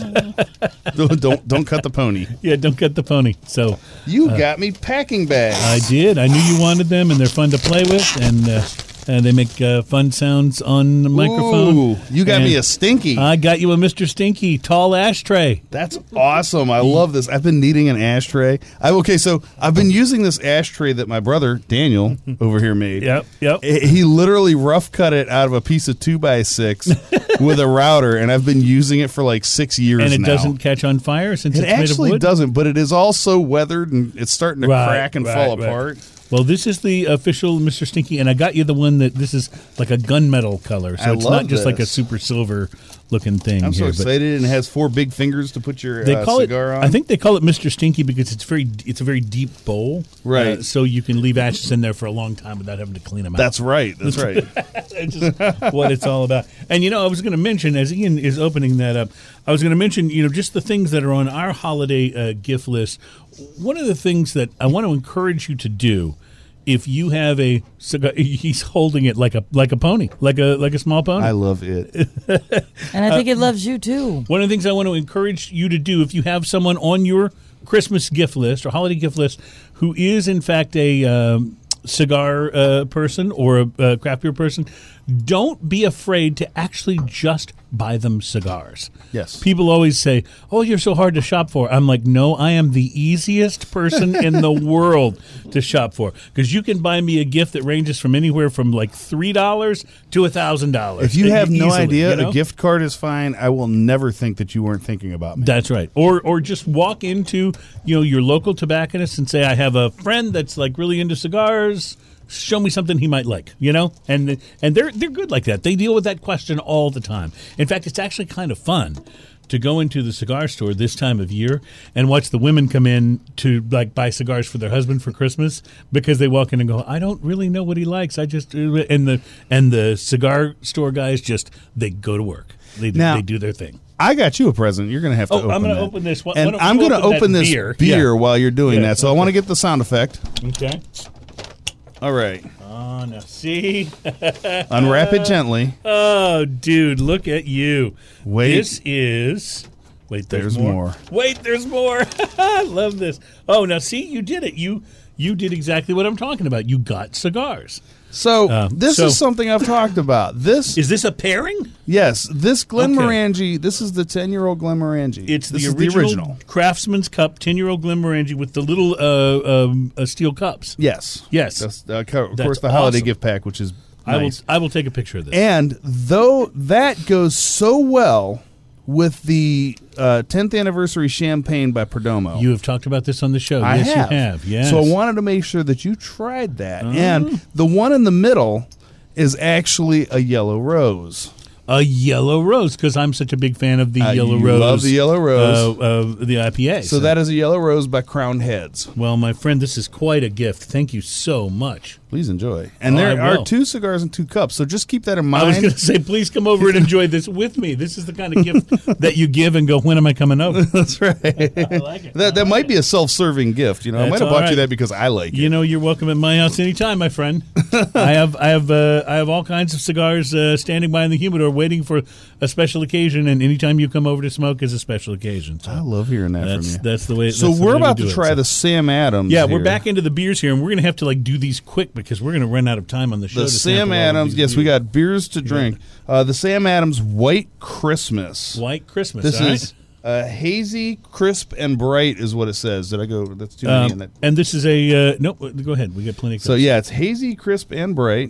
[laughs] don't don't- don't cut the pony. Yeah, don't cut the pony. So You got me packing bags. Uh. I did. I knew you wanted them, and they're fun to play with, and. Uh, uh, they make uh, fun sounds on the microphone. Ooh, you got me And- a stinky. I got you a Mr. Stinky tall ashtray. That's awesome. I love this. I've been needing an ashtray. I okay, so I've been using this ashtray that my brother [laughs] Daniel over here made. Yep, yep. He he literally rough cut it out of a piece of two [laughs] by six with a router, and I've been using it for like six years. And it now. doesn't catch on fire since It it's made of actually wood. doesn't, but it is also weathered and it's starting to Right, crack and right, fall right. apart. Well, this is the official Mr. Stinky, and I got you the one that this is like a gunmetal color, so I it's love not just like a this. super silver looking thing. I'm so here, but excited, and it has four big fingers to put your They uh, call it. cigar on. I think they call it Mr. Stinky because it's very it's a very deep bowl, Right. uh, so you can leave ashes in there for a long time without having to clean them out. that's right. [laughs] That's right. That's just what it's all about. And you know, I was going to mention as Ian is opening that up, I was going to mention you know just the things that are on our holiday uh, gift list. One of the things that I want to encourage you to do, if you have a cigar, [laughs] he's holding it like a like a pony, like a like a small pony. I love it. And I think Uh, it loves you too. One of the things I want to encourage you to do if you have someone on your Christmas gift list or holiday gift list who is, in fact, a um, cigar uh, person or a uh, craft beer person, don't be afraid to actually just buy them cigars. Yes. People always say, Oh, you're so hard to shop for. I'm like, No, I am the easiest person in [laughs] the world to shop for because you can buy me a gift that ranges from anywhere from like $3 to $1,000. If you uh, have no easily, idea, you know? a gift card is fine. I will never think that you weren't thinking about me. That's right. Or or just walk into you know your local tobacconist and say, I have a friend that's like really into cigars. Show me something he might like, you know, and and they're they're good like that. They deal with that question all the time. In fact, it's actually kind of fun to go into the cigar store this time of year and watch the women come in to like buy cigars for their husband for Christmas because they walk in and go, I don't really know what he likes. I just and the and the cigar store guys just they go to work. They, do- Now- they do their thing. I got you a present. You're gonna have to. Oh, I'm open gonna that. open this. Why- why and don't we I'm gonna open that open this beer? beer, Yeah. while you're doing Yeah, that. So I want to get the sound effect. Okay. All right, Oh, now see? unwrap Uh, it gently. Oh, dude, look at you. Wait. This is. Wait, there's, There's more. more. Wait, there's more. [laughs] I love this. Oh, now see, you did it. You you did exactly what I'm talking about. You got cigars. So Uh, this so- is something I've talked about. This Is this a pairing? yes, this Okay. Glenmorangie. This is the ten year old Glenmorangie. It's This the is original, Craftsman's Cup, 10 year old Glenmorangie with the little uh, um, uh, steel cups. Yes, Yes. That's, uh, co- of That's course, the holiday awesome. gift pack, which is I will nice. I will take a picture of this. And though that goes so well with the uh, 10th anniversary champagne by Perdomo. you have talked about this on the show. I yes, have. you have. Yes. Uh-huh. So I wanted to make sure that you tried that. And the one in the middle is actually a yellow rose. a yellow rose because I'm such a big fan of the Uh, yellow you rose. love the yellow rose. uh, of the IPA. So that is a yellow rose by Crowned Heads. well, my friend, this is quite a gift. Thank you so much. Please enjoy. And Oh, there I will. are two cigars and two cups. So just keep that in I mind. was going to say, please come over [laughs] and enjoy this with me. This is the kind of gift that you give and go, when am I coming over? [laughs] That's right. I like it. that that might be a self-serving gift, you know. I That's might have all bought right. you that because I like it. You know, you're welcome at my house anytime, my [laughs] friend. I have, I have, uh, I have all kinds of cigars uh, standing by in the humidor, waiting for a special occasion. And anytime you come over to smoke is a special occasion. So I love hearing that from that's you. that's the way. So that's the we're way we about do to it, try so. the Sam Adams. Yeah, we're here. back into the beers here, and we're gonna have to like do these quick because we're gonna run out of time on the show. The to sample Sam all of Adams. these Yes, we beers. got beers to drink. Uh, the Sam Adams White Christmas. White Christmas. This all right? is uh, hazy, crisp, and bright is what it says. Did I go? That's too many. Um, in that. and this is a uh, no. Go ahead, we got plenty. Of So yeah, it's hazy, crisp, and bright.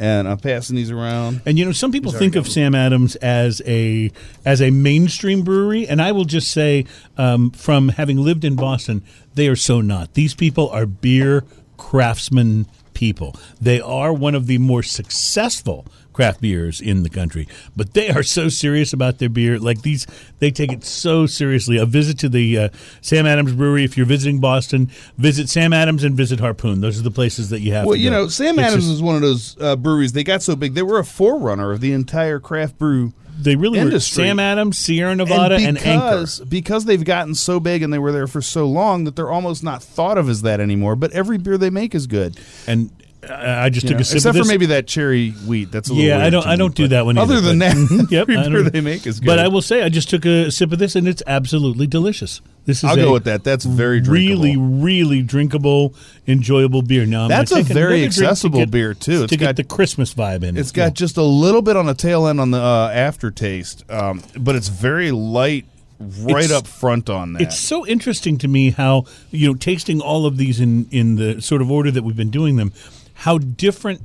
And I'm passing these around. And you know, some people think of Sam Adams as a as a mainstream brewery, and I will just say, um, from having lived in Boston, they are so not. These people are beer craftsmen people. They are one of the more successful craft beers in the country, but they are so serious about their beer. Like these, they take it so seriously. A visit to the uh, Sam Adams Brewery, if you're visiting Boston, visit Sam Adams and visit Harpoon. Those are the places that you have. Well, to you go. know, Sam It's Adams just- is one of those uh, breweries. They got so big, they were a forerunner of the entire craft brew they really were industry. Sam Adams, Sierra Nevada, and, Anchor. because, because they've gotten so big and they were there for so long that they're almost not thought of as that anymore. But every beer they make is good, and uh, I I just you took know, a sip. except of for this. maybe that cherry wheat. That's a little Yeah, I weird don't. to I me, don't do but that one. Other either, than but- that, [laughs] [laughs] yep. every I don't- beer they make is good. But I will say, I just took a sip of this, and it's absolutely delicious. This is. I'll a go with that. That's very drinkable. Really, really drinkable, enjoyable beer. Now I'm gonna That's a take another very drink to accessible get- beer, too. It's to get got- the Christmas vibe in it. It's got just a little bit on the tail end on the uh, aftertaste, um, but it's very light right It's- up front on that. It's so interesting to me how you know tasting all of these in in the sort of order that we've been doing them, how different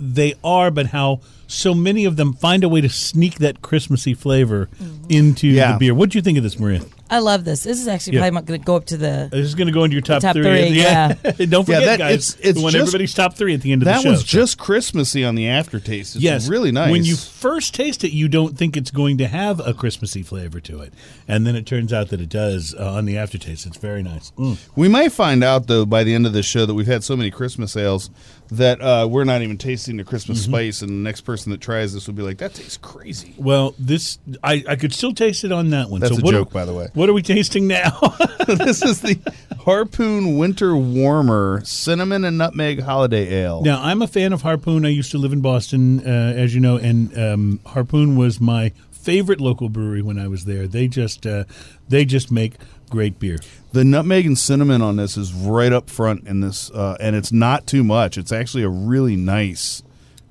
they are, but how so many of them find a way to sneak that Christmassy flavor into Yeah. the beer. What do you think of this, Maria? I love this. This is actually Yeah. Uh, probably going to go up to the. This is going to go into your top, Top three, [laughs] Don't forget, that- guys. it's- it's we want just- everybody's top three at the end of that the show. was so- just Christmassy on the aftertaste. It's yes, really nice. When you first taste it, you don't think it's going to have a Christmassy flavor to it, and then it turns out that it does uh, on the aftertaste. It's very nice. Mm. We may find out though by the end of this show that we've had so many Christmas ales that uh, we're not even tasting the Christmas Mm-hmm. spice, and the next person that tries this will be like, "That tastes crazy." Well, this I, I could still taste it on that one. That's so a what joke, are, by the way. What are we tasting now? [laughs] [laughs] this is the Harpoon Winter Warmer Cinnamon and Nutmeg Holiday Ale. now, I'm a fan of Harpoon. I used to live in Boston, uh, as you know, and um, Harpoon was my favorite local brewery when I was there. They just uh, they just make great beer. The nutmeg and cinnamon on this is right up front in this, uh, and it's not too much. It's actually a really nice,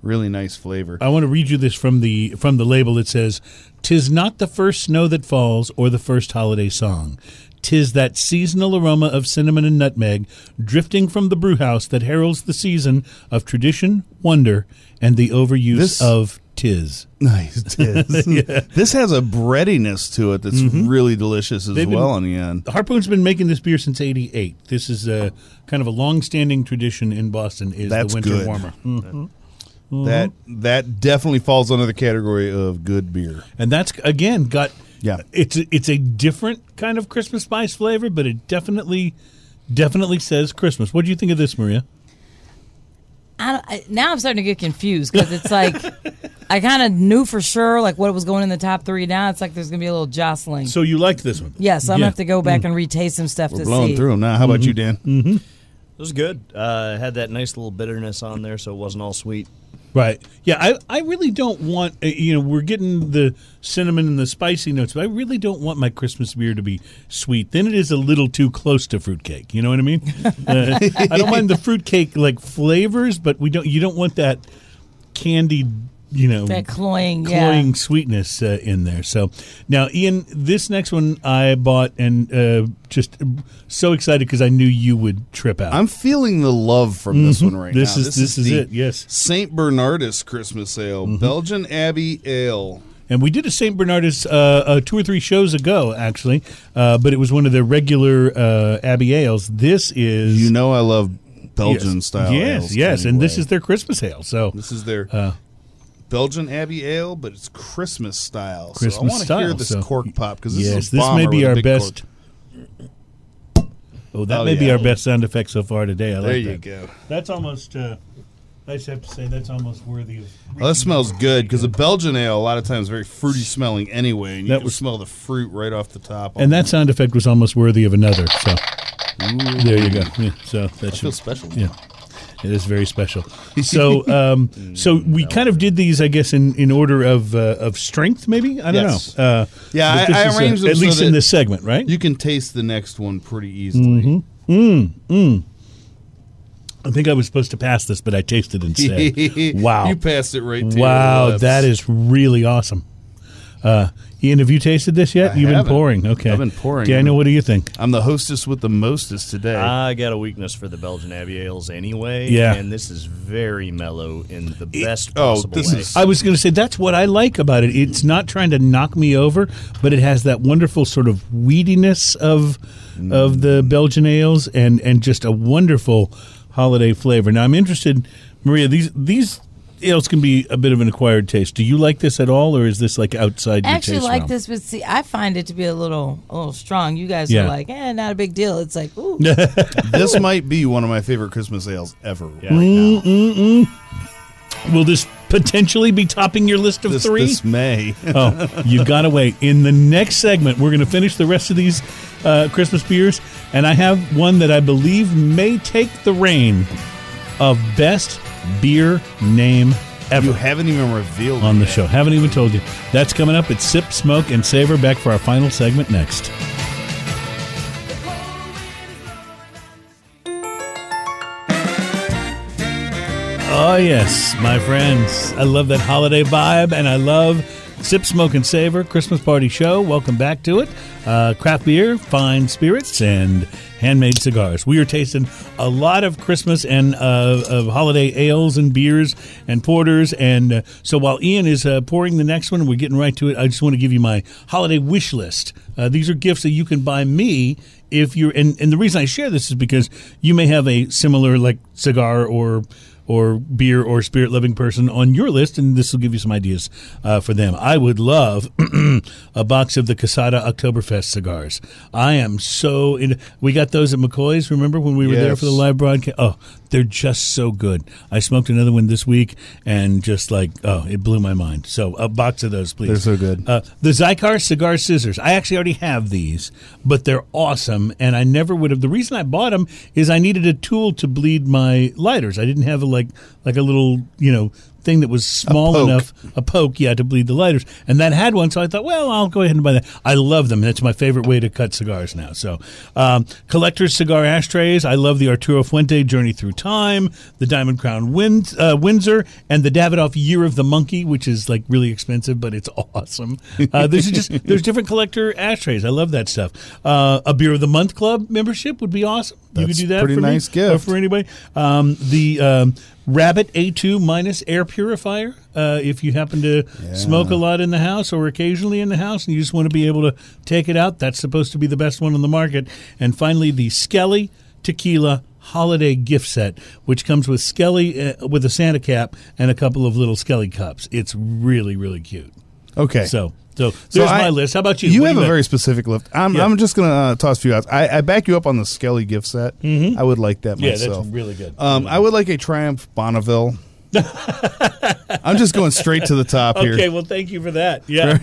really [laughs] nice flavor. I want to read you this from the from the label. It says, "Tis not the first snow that falls, or the first holiday song. Tis that seasonal aroma of cinnamon and nutmeg drifting from the brewhouse that heralds the season of tradition, wonder, and the overuse This- of tis." Nice. [laughs] Tiz. This has a breadiness to it that's really delicious Mm-hmm. as They've been- well on the end. Harpoon's been making this beer since '88. This is a kind of a long-standing tradition in Boston. Is That's the winter good. warmer, Uh-huh. That that definitely falls under the category of good beer. and that's again got Yeah. It's a- it's a different kind of Christmas spice flavor, but it definitely definitely says Christmas. What do you think of this, Maria? I don't, I, now I'm starting to get confused because [laughs] it's like I kind of knew for sure like what was going in the top three. Now it's like there's gonna be a little jostling. So you liked this one? yes, I'm Yeah. Mm. gonna have to go back and retaste some stuff We're to blowing see. through them now. How Mm-hmm. about you, Dan? It was good. Uh, had that nice little bitterness on there, so it wasn't all sweet. Right. Yeah, I, I really don't want, uh, you know, we're getting the cinnamon and the spicy notes, but I really don't want my Christmas beer to be sweet. Then it is a little too close to fruitcake. You know what I mean? Uh, I don't mind the fruitcake, like, flavors, but we don't, you don't want that candied, you know, That cloying, cloying yeah. sweetness uh, in there. So now, Ian, this next one I bought and uh, just so excited because I knew you would trip out. I'm feeling the love from this one right Mm-hmm. This now. is- this is the it, yes. Mm-hmm. Saint Bernardus Christmas Ale, Belgian Abbey Ale. And we did a St. Bernardus uh, uh, two or three shows ago, actually, uh, but it was one of their regular uh, Abbey ales. This is You know I love Belgian yes. style. Yes, ales yes, and this anyway. is Uh. their Christmas ale. So this is their Belgian Abbey Ale, but it's Christmas style. so I Christmas want to hear style, this so- cork pop because this yes, is a this may bomber with be a our big best. cork. Oh, that Oh, may be yeah. our best sound effect so far today. I like There you that. go. That's almost. Uh, I just have to say that's almost worthy of. Oh, that smells good because a Belgian ale a lot of times is very fruity smelling anyway, and you That can was- smell the fruit right off the top. And that sound effect was almost worthy of another. So there you go. Yeah, so that feels should special. Yeah, it is very [laughs] special. So, um, so Mm, we kind of did these, I guess, in, in order of uh, of strength. Maybe I don't Yes. know. Uh, Yeah, but I- this I is, uh, arranged them at so least in that- this segment, right? You can taste the next one pretty easily. Mm-hmm. I think I was supposed to pass this, but I [laughs] tasted instead. wow, You passed it right to your wow, lips. that is really awesome. Uh, Ian, have you tasted this yet? I You've been haven't. pouring. Okay, I've been pouring. Daniel, what do you think? I'm the hostess with the mostest today. Uh, I got a weakness for the Belgian Abbey ales anyway. Yeah. And this is very mellow in the best oh, possible this way. is- I was going to say that's what I like about it. It's not trying to knock me over, but it has that wonderful sort of weediness of of the Belgian ales and and just a wonderful holiday flavor. Now I'm interested, Maria. These these ales can be a bit of an acquired taste. Do you like this at all, or is this like outside I your actually taste like realm? this, but see, I find it to be a little, a little strong. You guys Yeah. are like, eh, not a big deal. It's [laughs] like, ooh, this might be one of my favorite Christmas ales ever. Yeah, right now. Will this potentially be topping your list of This, three? this [laughs] May. oh, you got to wait. In the next segment, we're going to finish the rest of these uh, Christmas beers, and I have one that I believe may take the reign of best beer name you ever haven't even revealed on the yet. show. Haven't even told you. That's coming up. It's Sip, Smoke, and Savor. Back for our final segment next. Oh, yes, my friends. I love that holiday vibe, and I love Sip, Smoke, and Savor Christmas Party Show. Welcome back to it. Uh, craft beer, fine spirits, and handmade cigars. We are tasting a lot of Christmas and uh, of holiday ales and beers and porters. And uh, so while Ian is uh, pouring the next one, we're getting right to it. I just want to give you my holiday wish list. Uh, these are gifts that you can buy me if you're. And, and the reason I share this is because you may have a similar, like, cigar or or beer or spirit loving person on your list, and this will give you some ideas uh, for them. I would love [clears throat] a box of the Casada Oktoberfest cigars. I am so in. We got those at McCoy's. Remember when we were there for the Yes. live broadcast? Oh, they're just so good. I smoked another one this week, and just like oh, it blew my mind. So a box of those, please. They're so good. Uh, the Zycar cigar scissors. I actually already have these, but they're awesome, and I never would have. The reason I bought them is I needed a tool to bleed my lighters. I didn't have a, like like a little you know thing that was small poke. enough a poke, yeah, to bleed the lighters, and that had one. So I thought, well, I'll go ahead and buy that. I love them. That's my favorite way to cut cigars now. So, um, collector's cigar ashtrays. I love the Arturo Fuente Journey Through Time, the Diamond Crown Win- uh, Windsor, and the Davidoff Year of the Monkey, which is like really expensive, but it's [laughs] awesome. Uh, there's just there's different collector ashtrays. I love that stuff. Uh, a beer of the month club membership would be awesome. you could That's do that pretty for nice me, or gift. for anybody. Um, the um, Rabbit A2 minus air purifier. Uh, if you happen to smoke a lot in the house or occasionally in the house and you just want to be able to take it out, that's supposed to be the best one on the market. And finally, the Skelly Tequila Holiday Gift Set, which comes with Skelly uh, with a Santa cap and a couple of little Skelly cups. It's really, really cute. Okay. So So there's I- my list. How about you? You What do have a got? very specific list. I'm, Yeah. I'm just gonna uh, toss a few out. I, I back you up on the Skelly gift set. I would like that Mm-hmm. yeah. myself. That's really good. um, I would like a Triumph [laughs] Bonneville. I'm just going straight to the top okay. here. Well, thank you for that. Yeah.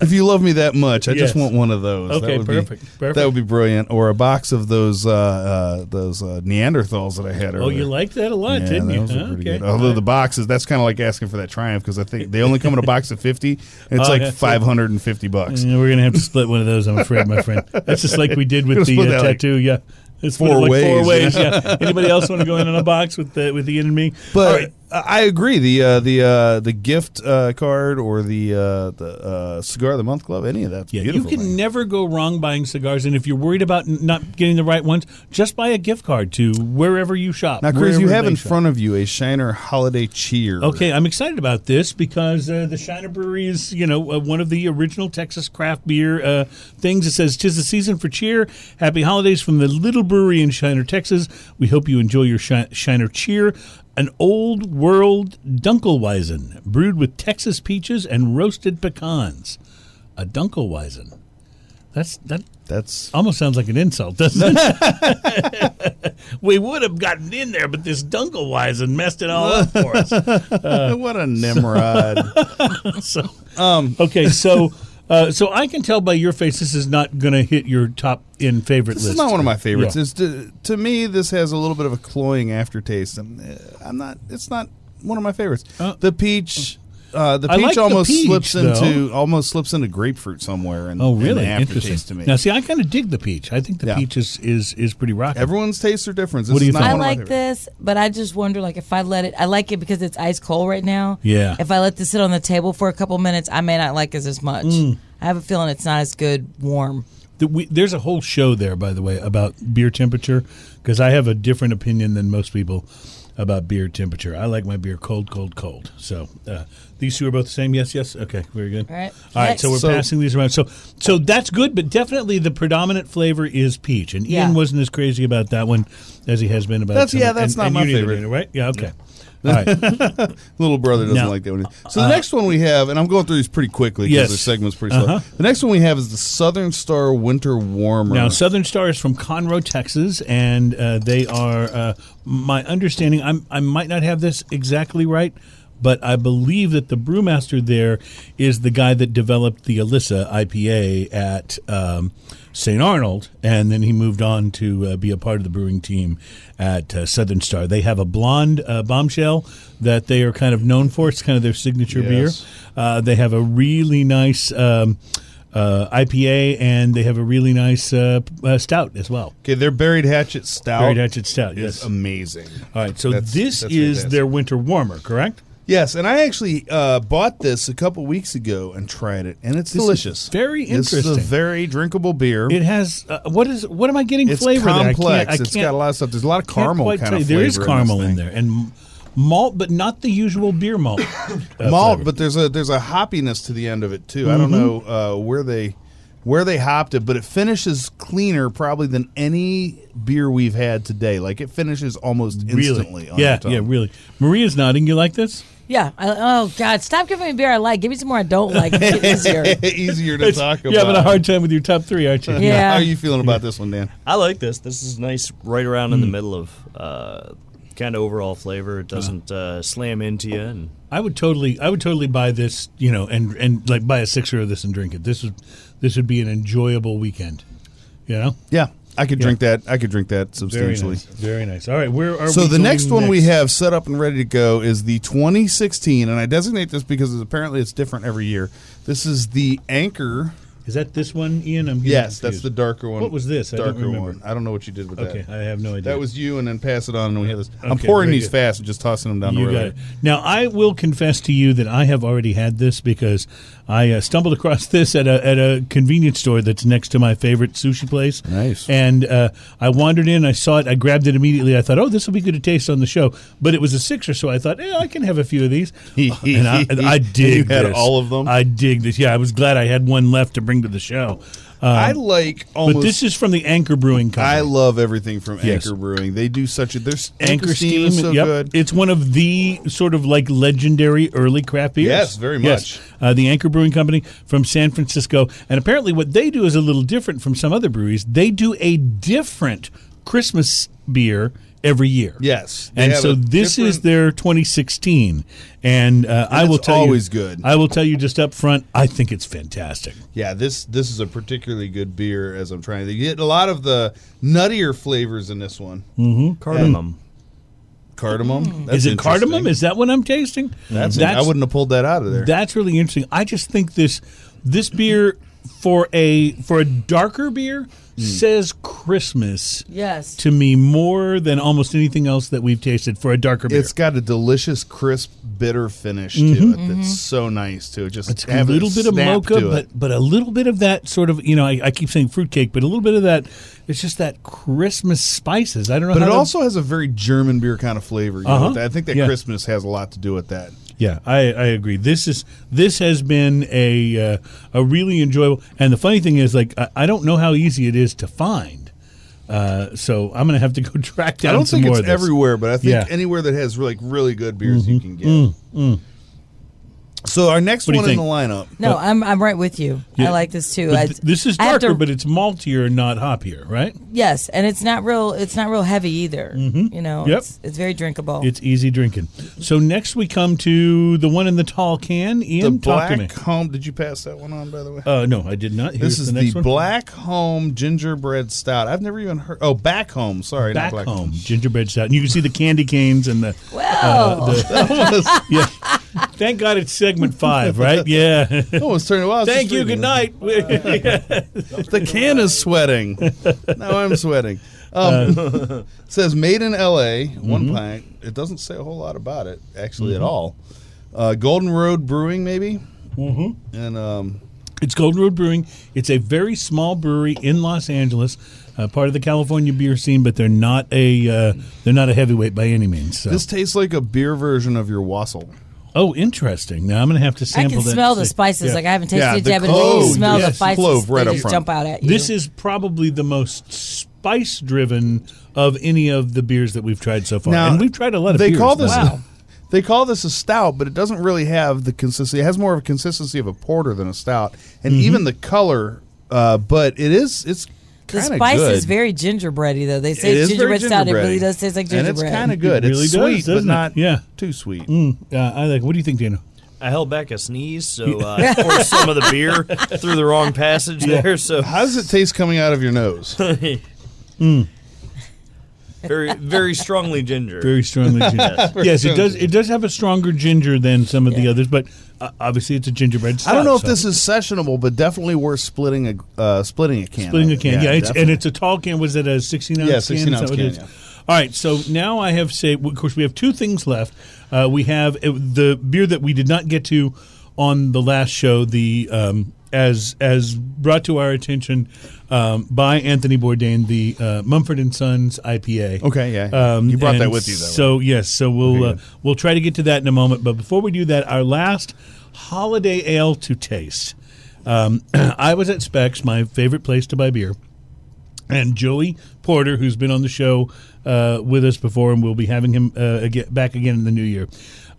If you love me that much, I Yes. just want one of those. Okay, that would perfect, Be, perfect. That would be brilliant. Or a box of those uh, uh, those uh, Neanderthals that I had. Earlier. Oh, you liked that a lot, Yeah, didn't you? those are Huh? pretty okay. good. Although the boxes, that's kind of like asking for that Triumph because I think they only come in a box of fifty. And it's Oh, like yeah. Mm. five hundred and fifty bucks. Yeah, [laughs] we're gonna have to split one of those, I'm afraid, my friend. That's just like we did [laughs] with Gonna the split uh, that, like, tattoo. yeah, it's four like Four ways, ways. [laughs] Yeah. Anybody else want to go in on a box with the with the Ian and me? But All right. I I agree. The uh, the uh, the gift uh, card or the uh, the uh, cigar of the month club, any of that's Yeah, you beautiful. can thing. never go wrong buying cigars, and if you're worried about n- not getting the right ones, just buy a gift card to wherever you shop. now, Chris, wherever you have they in shop. front of you a Shiner Holiday Cheer. Okay, I'm excited about this because uh, the Shiner Brewery is, you know, uh, one of the original Texas craft beer uh, things. It says, "Tis the season for cheer. Happy holidays from the Little Brewery in Shiner, Texas. We hope you enjoy your shi- Shiner cheer." An old world Dunkelweizen, brewed with Texas peaches and roasted pecans. A Dunkelweizen. That's that that's almost sounds like an insult, doesn't it? [laughs] we would have gotten in there, but this Dunkelweizen messed it all up for us. Uh, [laughs] what a nimrod. So, Um, okay, so uh, so I can tell by your face this is not going to hit your top in favorite this list. is not one of my favorites. Yeah. It's to, to me, this has a little bit of a cloying aftertaste. I'm, uh, I'm not. It's not one of my favorites. Uh, the peach. Uh, the I peach like the almost peach, slips into though. almost slips into grapefruit somewhere, and Oh, really? in the aftertaste to Interesting. me. Now, see, I kind of dig the peach. I think the Yeah. peach is is is pretty rocky. Everyone's tastes are different. This What do you is not think? I one of my like favorites. this, but I just wonder, like, if I let it, I like it because it's ice cold right now. Yeah. If I let this sit on the table for a couple minutes, I may not like this as much. Mm. I have a feeling it's not as good warm. The- we, there's a whole show there, by the way, about beer temperature because I have a different opinion than most people about beer temperature. I like my beer cold, cold, cold. So uh, these two are both the same. Yes, yes. Okay, very good. All right. All right. So we're Next. So- passing these around. So so that's good, but definitely the predominant flavor is peach, and Ian Yeah. wasn't as crazy about that one as he has been about. That's- some- yeah, that's and- not and my you neither favorite. did, right? Yeah. Okay. All right. Little brother doesn't No. like that one. So the next one we have, and I'm going through these pretty quickly because uh, Yes. the segment's pretty slow. Uh-huh. The next one we have is the Southern Star Winter Warmer. Now, Southern Star is from Conroe, Texas, and uh, they are. Uh, my understanding, I'm, I might not have this exactly right, but I believe that the brewmaster there is the guy that developed the Alyssa IPA at um, St. Arnold, and then he moved on to uh, be a part of the brewing team at uh, Southern Star. They have a blonde uh, bombshell that they are kind of known for. It's kind of their signature Yes. beer. Uh, they have a really nice um, uh, IPA and they have a really nice uh, p- uh, stout as well. okay, their Buried Hatchet Stout Buried Hatchet Stout, is yes. amazing. All right, so That's- this that's is fantastic. their winter warmer, correct? Yes, and I actually uh, bought this a couple weeks ago and tried it, and it's This is delicious. very It's interesting. a very drinkable beer. It has uh, what is what am I getting it's flavor? there? I complex. can't- I it's can't- got a lot of stuff. There's a lot of can't caramel quite kind tell of you. flavor. There is in this caramel in, thing. there and m- malt, but not the usual beer [coughs] malt. uh, malt, flavor. Mm-hmm. but there's a there's a hoppiness to the end of it too. I don't know uh, where they where they hopped it, but it finishes cleaner probably than any beer we've had today. Like it finishes almost instantly. really, On yeah, your tongue. yeah, really. Maria's nodding. You like this? Yeah. I, oh, God. Stop giving me beer I like. Give me some more I don't like. It's [laughs] getting easier. [laughs] Easier to talk about. You're having a hard time with your top three, aren't you? Yeah. How are you feeling about this one, Dan? I like this. This is nice, right around in the middle of uh, kind of overall flavor. It doesn't uh, slam into you. And I would totally, I would totally buy this, you know, and and like buy a sixer of this and drink it. This would, this would be an enjoyable weekend, you know. Yeah, I could drink that. I could drink that Very substantially. nice, very nice. All right, where are So we the going next one we have set up and ready to go is the 2016, and I designate this because it's- apparently it's different every year. This is the Anchor is that this one, Ian? I'm getting Yes, that's the confused. darker one. What was this? I don't Darker remember. one. I don't know what you did with Okay, that. I have no idea. That was you, and then pass it on, and we had this. I'm Okay, pouring very these good. fast and just tossing them down You the got road. it. Now, I will confess to you that I have already had this because I uh, stumbled across [laughs] this at a, at a convenience store that's next to my favorite sushi place. Nice. And uh, I wandered in, I saw it, I grabbed it immediately. I thought, oh, this will be good to taste on the show. But it was a sixer, so I thought, eh, I can have a [laughs] few of these. and I, and I And dig you had this. all of them? I dig this. Yeah, I was glad I had one left to bring bring to the show. Um, I like almost. but this is from the Anchor Brewing Company. I love everything from Yes. Anchor Brewing. They do such a. Their s- Anchor Steam, is so yep. good. It's one of the sort of like legendary early craft beers. Yes, very much. Uh, the Anchor Brewing Company from San Francisco, and apparently what they do is a little different from some other breweries. They do a different Christmas beer every year. Yes, they and have so a this is different- their 2016, and, uh, I it's will tell always you, good. I will tell you just up front, I think it's fantastic. Yeah, this this is a particularly good beer. As I'm trying to get a lot of the nuttier flavors in this one. Mm. Cardamom. Cardamom. Mm. is it cardamom? Is that what I'm tasting? that's, that's I wouldn't have pulled that out of there. That's really interesting. I just think this this beer for a for a darker beer Hmm. says Christmas Yes. to me more than almost anything else that we've tasted for a darker beer. It's got a delicious, crisp, bitter finish to it. That's so nice too. Just Mm-hmm. It's a have little bit of snap mocha, to it. but but a little bit of that sort of you know I, I keep saying fruitcake, but a little bit of that. It's just that Christmas spices. I don't know. But how it to- also has a very German beer kind of flavor. You Uh-huh. know? I think that Yeah. Christmas has a lot to do with that. Yeah, I, I agree. This is this has been a uh, a really enjoyable. And the funny thing is, like, I, I don't know how easy it is to find. Uh, so I'm gonna have to go [laughs] track down. I don't some think more it's of this. everywhere, but I think Yeah. Mm-hmm. Mm. anywhere that has like really good beers you can get. So our next What do you one in the think? lineup. No, I'm I'm right with you. Yeah. I like this too. But I- th- this is I have darker, to- but it's maltier, not hoppier, right? yes, and it's not real. It's not real heavy either. You know, Mm-hmm. Yep. it's, it's very drinkable. It's easy drinking. So next we come to the one in the tall can. The Ian, talk to me. Black Home. Did you pass that one on by the way? Uh, no, I did not. Here's this is the the, next one. Black Home Gingerbread Stout. I've never even heard. Oh, Back Home. Sorry, back not Black home gingerbread stout. And you can see the candy canes and the uh, well, [laughs] [laughs] yeah. Thank God it's segment five, right? Yeah. [laughs] Oh, it's turning. Well, I was Thank just you. reading Good it. night. [laughs] The can is sweating. now I'm sweating. Um, Uh, it [laughs] says made in L.A. Mm-hmm. One pint. It doesn't say a whole lot about it actually at all. Uh, Golden Road Brewing, maybe. Mm-hmm. And um, It's Golden Road Brewing. It's a very small brewery in Los Angeles, uh, part of the California beer scene, but they're not a uh, they're not a heavyweight by any means. So. this tastes like a beer version of your wassail. oh, interesting. Now I'm going to have to I sample. can that smell and the see. spices. Yeah. Like I haven't tasted Yeah, it the yet, but when you clove, smell yes, the spices, clove right they up just front. jump out at you. this is probably the most spice driven of any of the beers that we've tried so far, Now, and we've tried a lot of. they beers, call this but- [laughs] they call this a stout, but it doesn't really have the consistency. It has more of a consistency of a porter than a stout, and Mm-hmm. even the color. Uh, but it is it's the kind of spice good. is very gingerbready though. They say It is it's very gingerbread stout. It really gingerbready. does taste like and gingerbread. it's kind of good. It really it's does, sweet, but doesn't it? not Yeah. too sweet. Uh, I like. What do you think, Dana? I held back a sneeze, so uh, I forced some of the beer through the wrong passage there. So How does it taste coming out of [laughs] your nose? Hmm. very, very strongly ginger. Very [laughs] strongly ginger. yes, it strong does. It does have a stronger ginger than some of the others, but uh, obviously it's a gingerbread. Stout, I don't know if so- this is sessionable, but definitely worth splitting a uh, splitting a can. Splitting of a it. can, yeah, it's, definitely. and it's a tall can. Was it a sixteen ounce? Yeah, can? 16 Is that ounce what it can, is? yeah. All right, so now I have say. Of course, we have two things left. Uh, we have uh, the beer that we did not get to on the last show. The um, as as brought to our attention um, by Anthony Bourdain, the uh, Mumford and Sons IPA. okay. Yeah, you brought Um, and that with you though. So yes, so we'll uh, we'll try to get to that in a moment. But before we do that, our last holiday ale to taste. Um, [clears throat] I was at Specs, my favorite place to buy beer, and Joey Porter, who's been on the show uh, with us before, and we'll be having him uh, again, back again in the new year.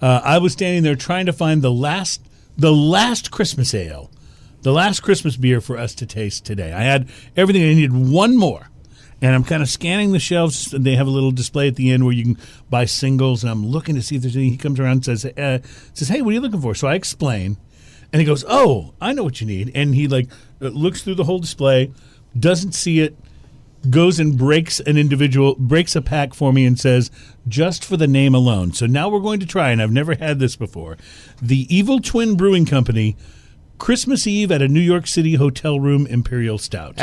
Uh, I was standing there trying to find the last the last Christmas ale, the last Christmas beer for us to taste today. I had everything. I needed one more and I'm kind of scanning the shelves. And they have a little display at the end where you can buy singles, and I'm looking to see if there's any. He comes around and says, uh, "says Hey, what are you looking for?" So I explain, and he goes, "Oh, I know what you need." And he like uh, looks through the whole display, doesn't see it, goes and breaks an individual, breaks a pack for me, and says, "Just for the name alone." So now we're going to try, and I've never had this before. The Evil Twin Brewing Company. Christmas Eve at a New York City hotel room imperial [laughs] stout.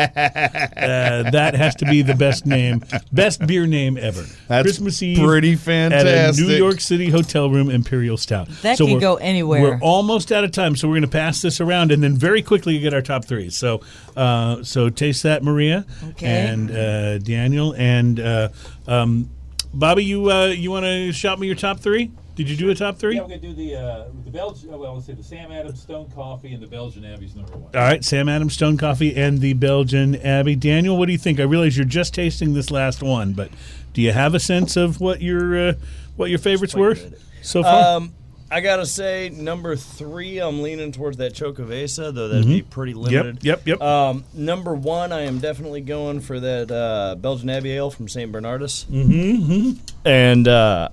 Uh, that has to be the best name, best beer name ever. That's Christmas Eve, pretty at a fantastic. New York City hotel room imperial stout. That could we're- go anywhere. We're almost out of time, so we're going to pass this around and then very quickly get our top three. So, uh, so taste that, Maria, Okay. and uh, Daniel, and uh, um, Bobby. You uh, you want to shout me your top three? Did you do a top three? Yeah, we're gonna do the uh, the Belgian. Well, let's see, the Sam Adams Stone Coffee and the Belgian Abbey's number one. All right, Sam Adams, Stone Coffee, and the Belgian Abbey. Daniel, what do you think? I realize you're just tasting this last one, but do you have a sense of what your uh, what your favorites were good. so far? Um, I gotta say, number three, I'm leaning towards that Chocovesa, though that'd be pretty limited. Mm-hmm. yep, yep. Um, number one, I am definitely going for that uh, Belgian Abbey Ale from St. Bernardus. Mm-hmm. And uh,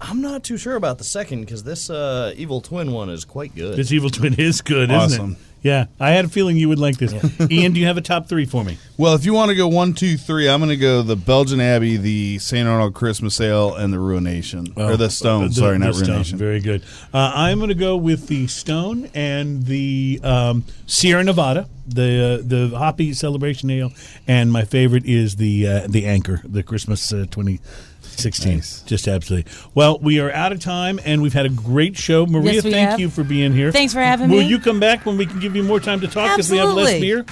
I'm not too sure about the second because this uh, Evil Twin one is quite good. this Evil Twin is good, isn't Awesome. it? Yeah, I had a feeling you would like this. Ian, do you have a top three for me? Well, if you want to go one, two, three, I'm going to go the Belgian Abbey, the St. Arnold Christmas Ale, and the Ruination. or the Stone, The- sorry, the not Stone. Ruination. Very good. Uh, I'm going to go with the Stone and the um, Sierra Nevada, the uh, the Hoppy Celebration Ale, and my favorite is the uh, the Anchor, the Christmas uh, 2016. Just absolutely. Well, we are out of time, and we've had a great show. Maria, Yes, we thank have. you for being here. Thanks for having Will me. you come back when we can give you more time to talk because we have less Absolutely.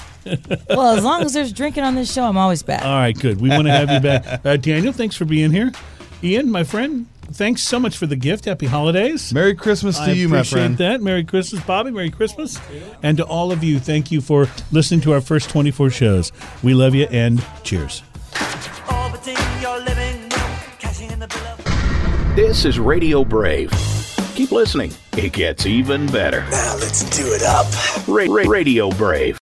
beer? well, as long as there's drinking on this show, I'm always back. All right, good. We want to have you back. Uh, Daniel, thanks for being here. Ian, my friend, thanks so much for the gift. Happy holidays. Merry Christmas to I you, my appreciate friend. that. Merry Christmas, Bobby. Merry Christmas. And to all of you, thank you for listening to our first 24 shows. We love you and cheers. orbiting your living room, cashing in the bill of This is Radio Brave. Keep listening, it gets even better. Now let's do it up. Ra- ra- Radio Brave.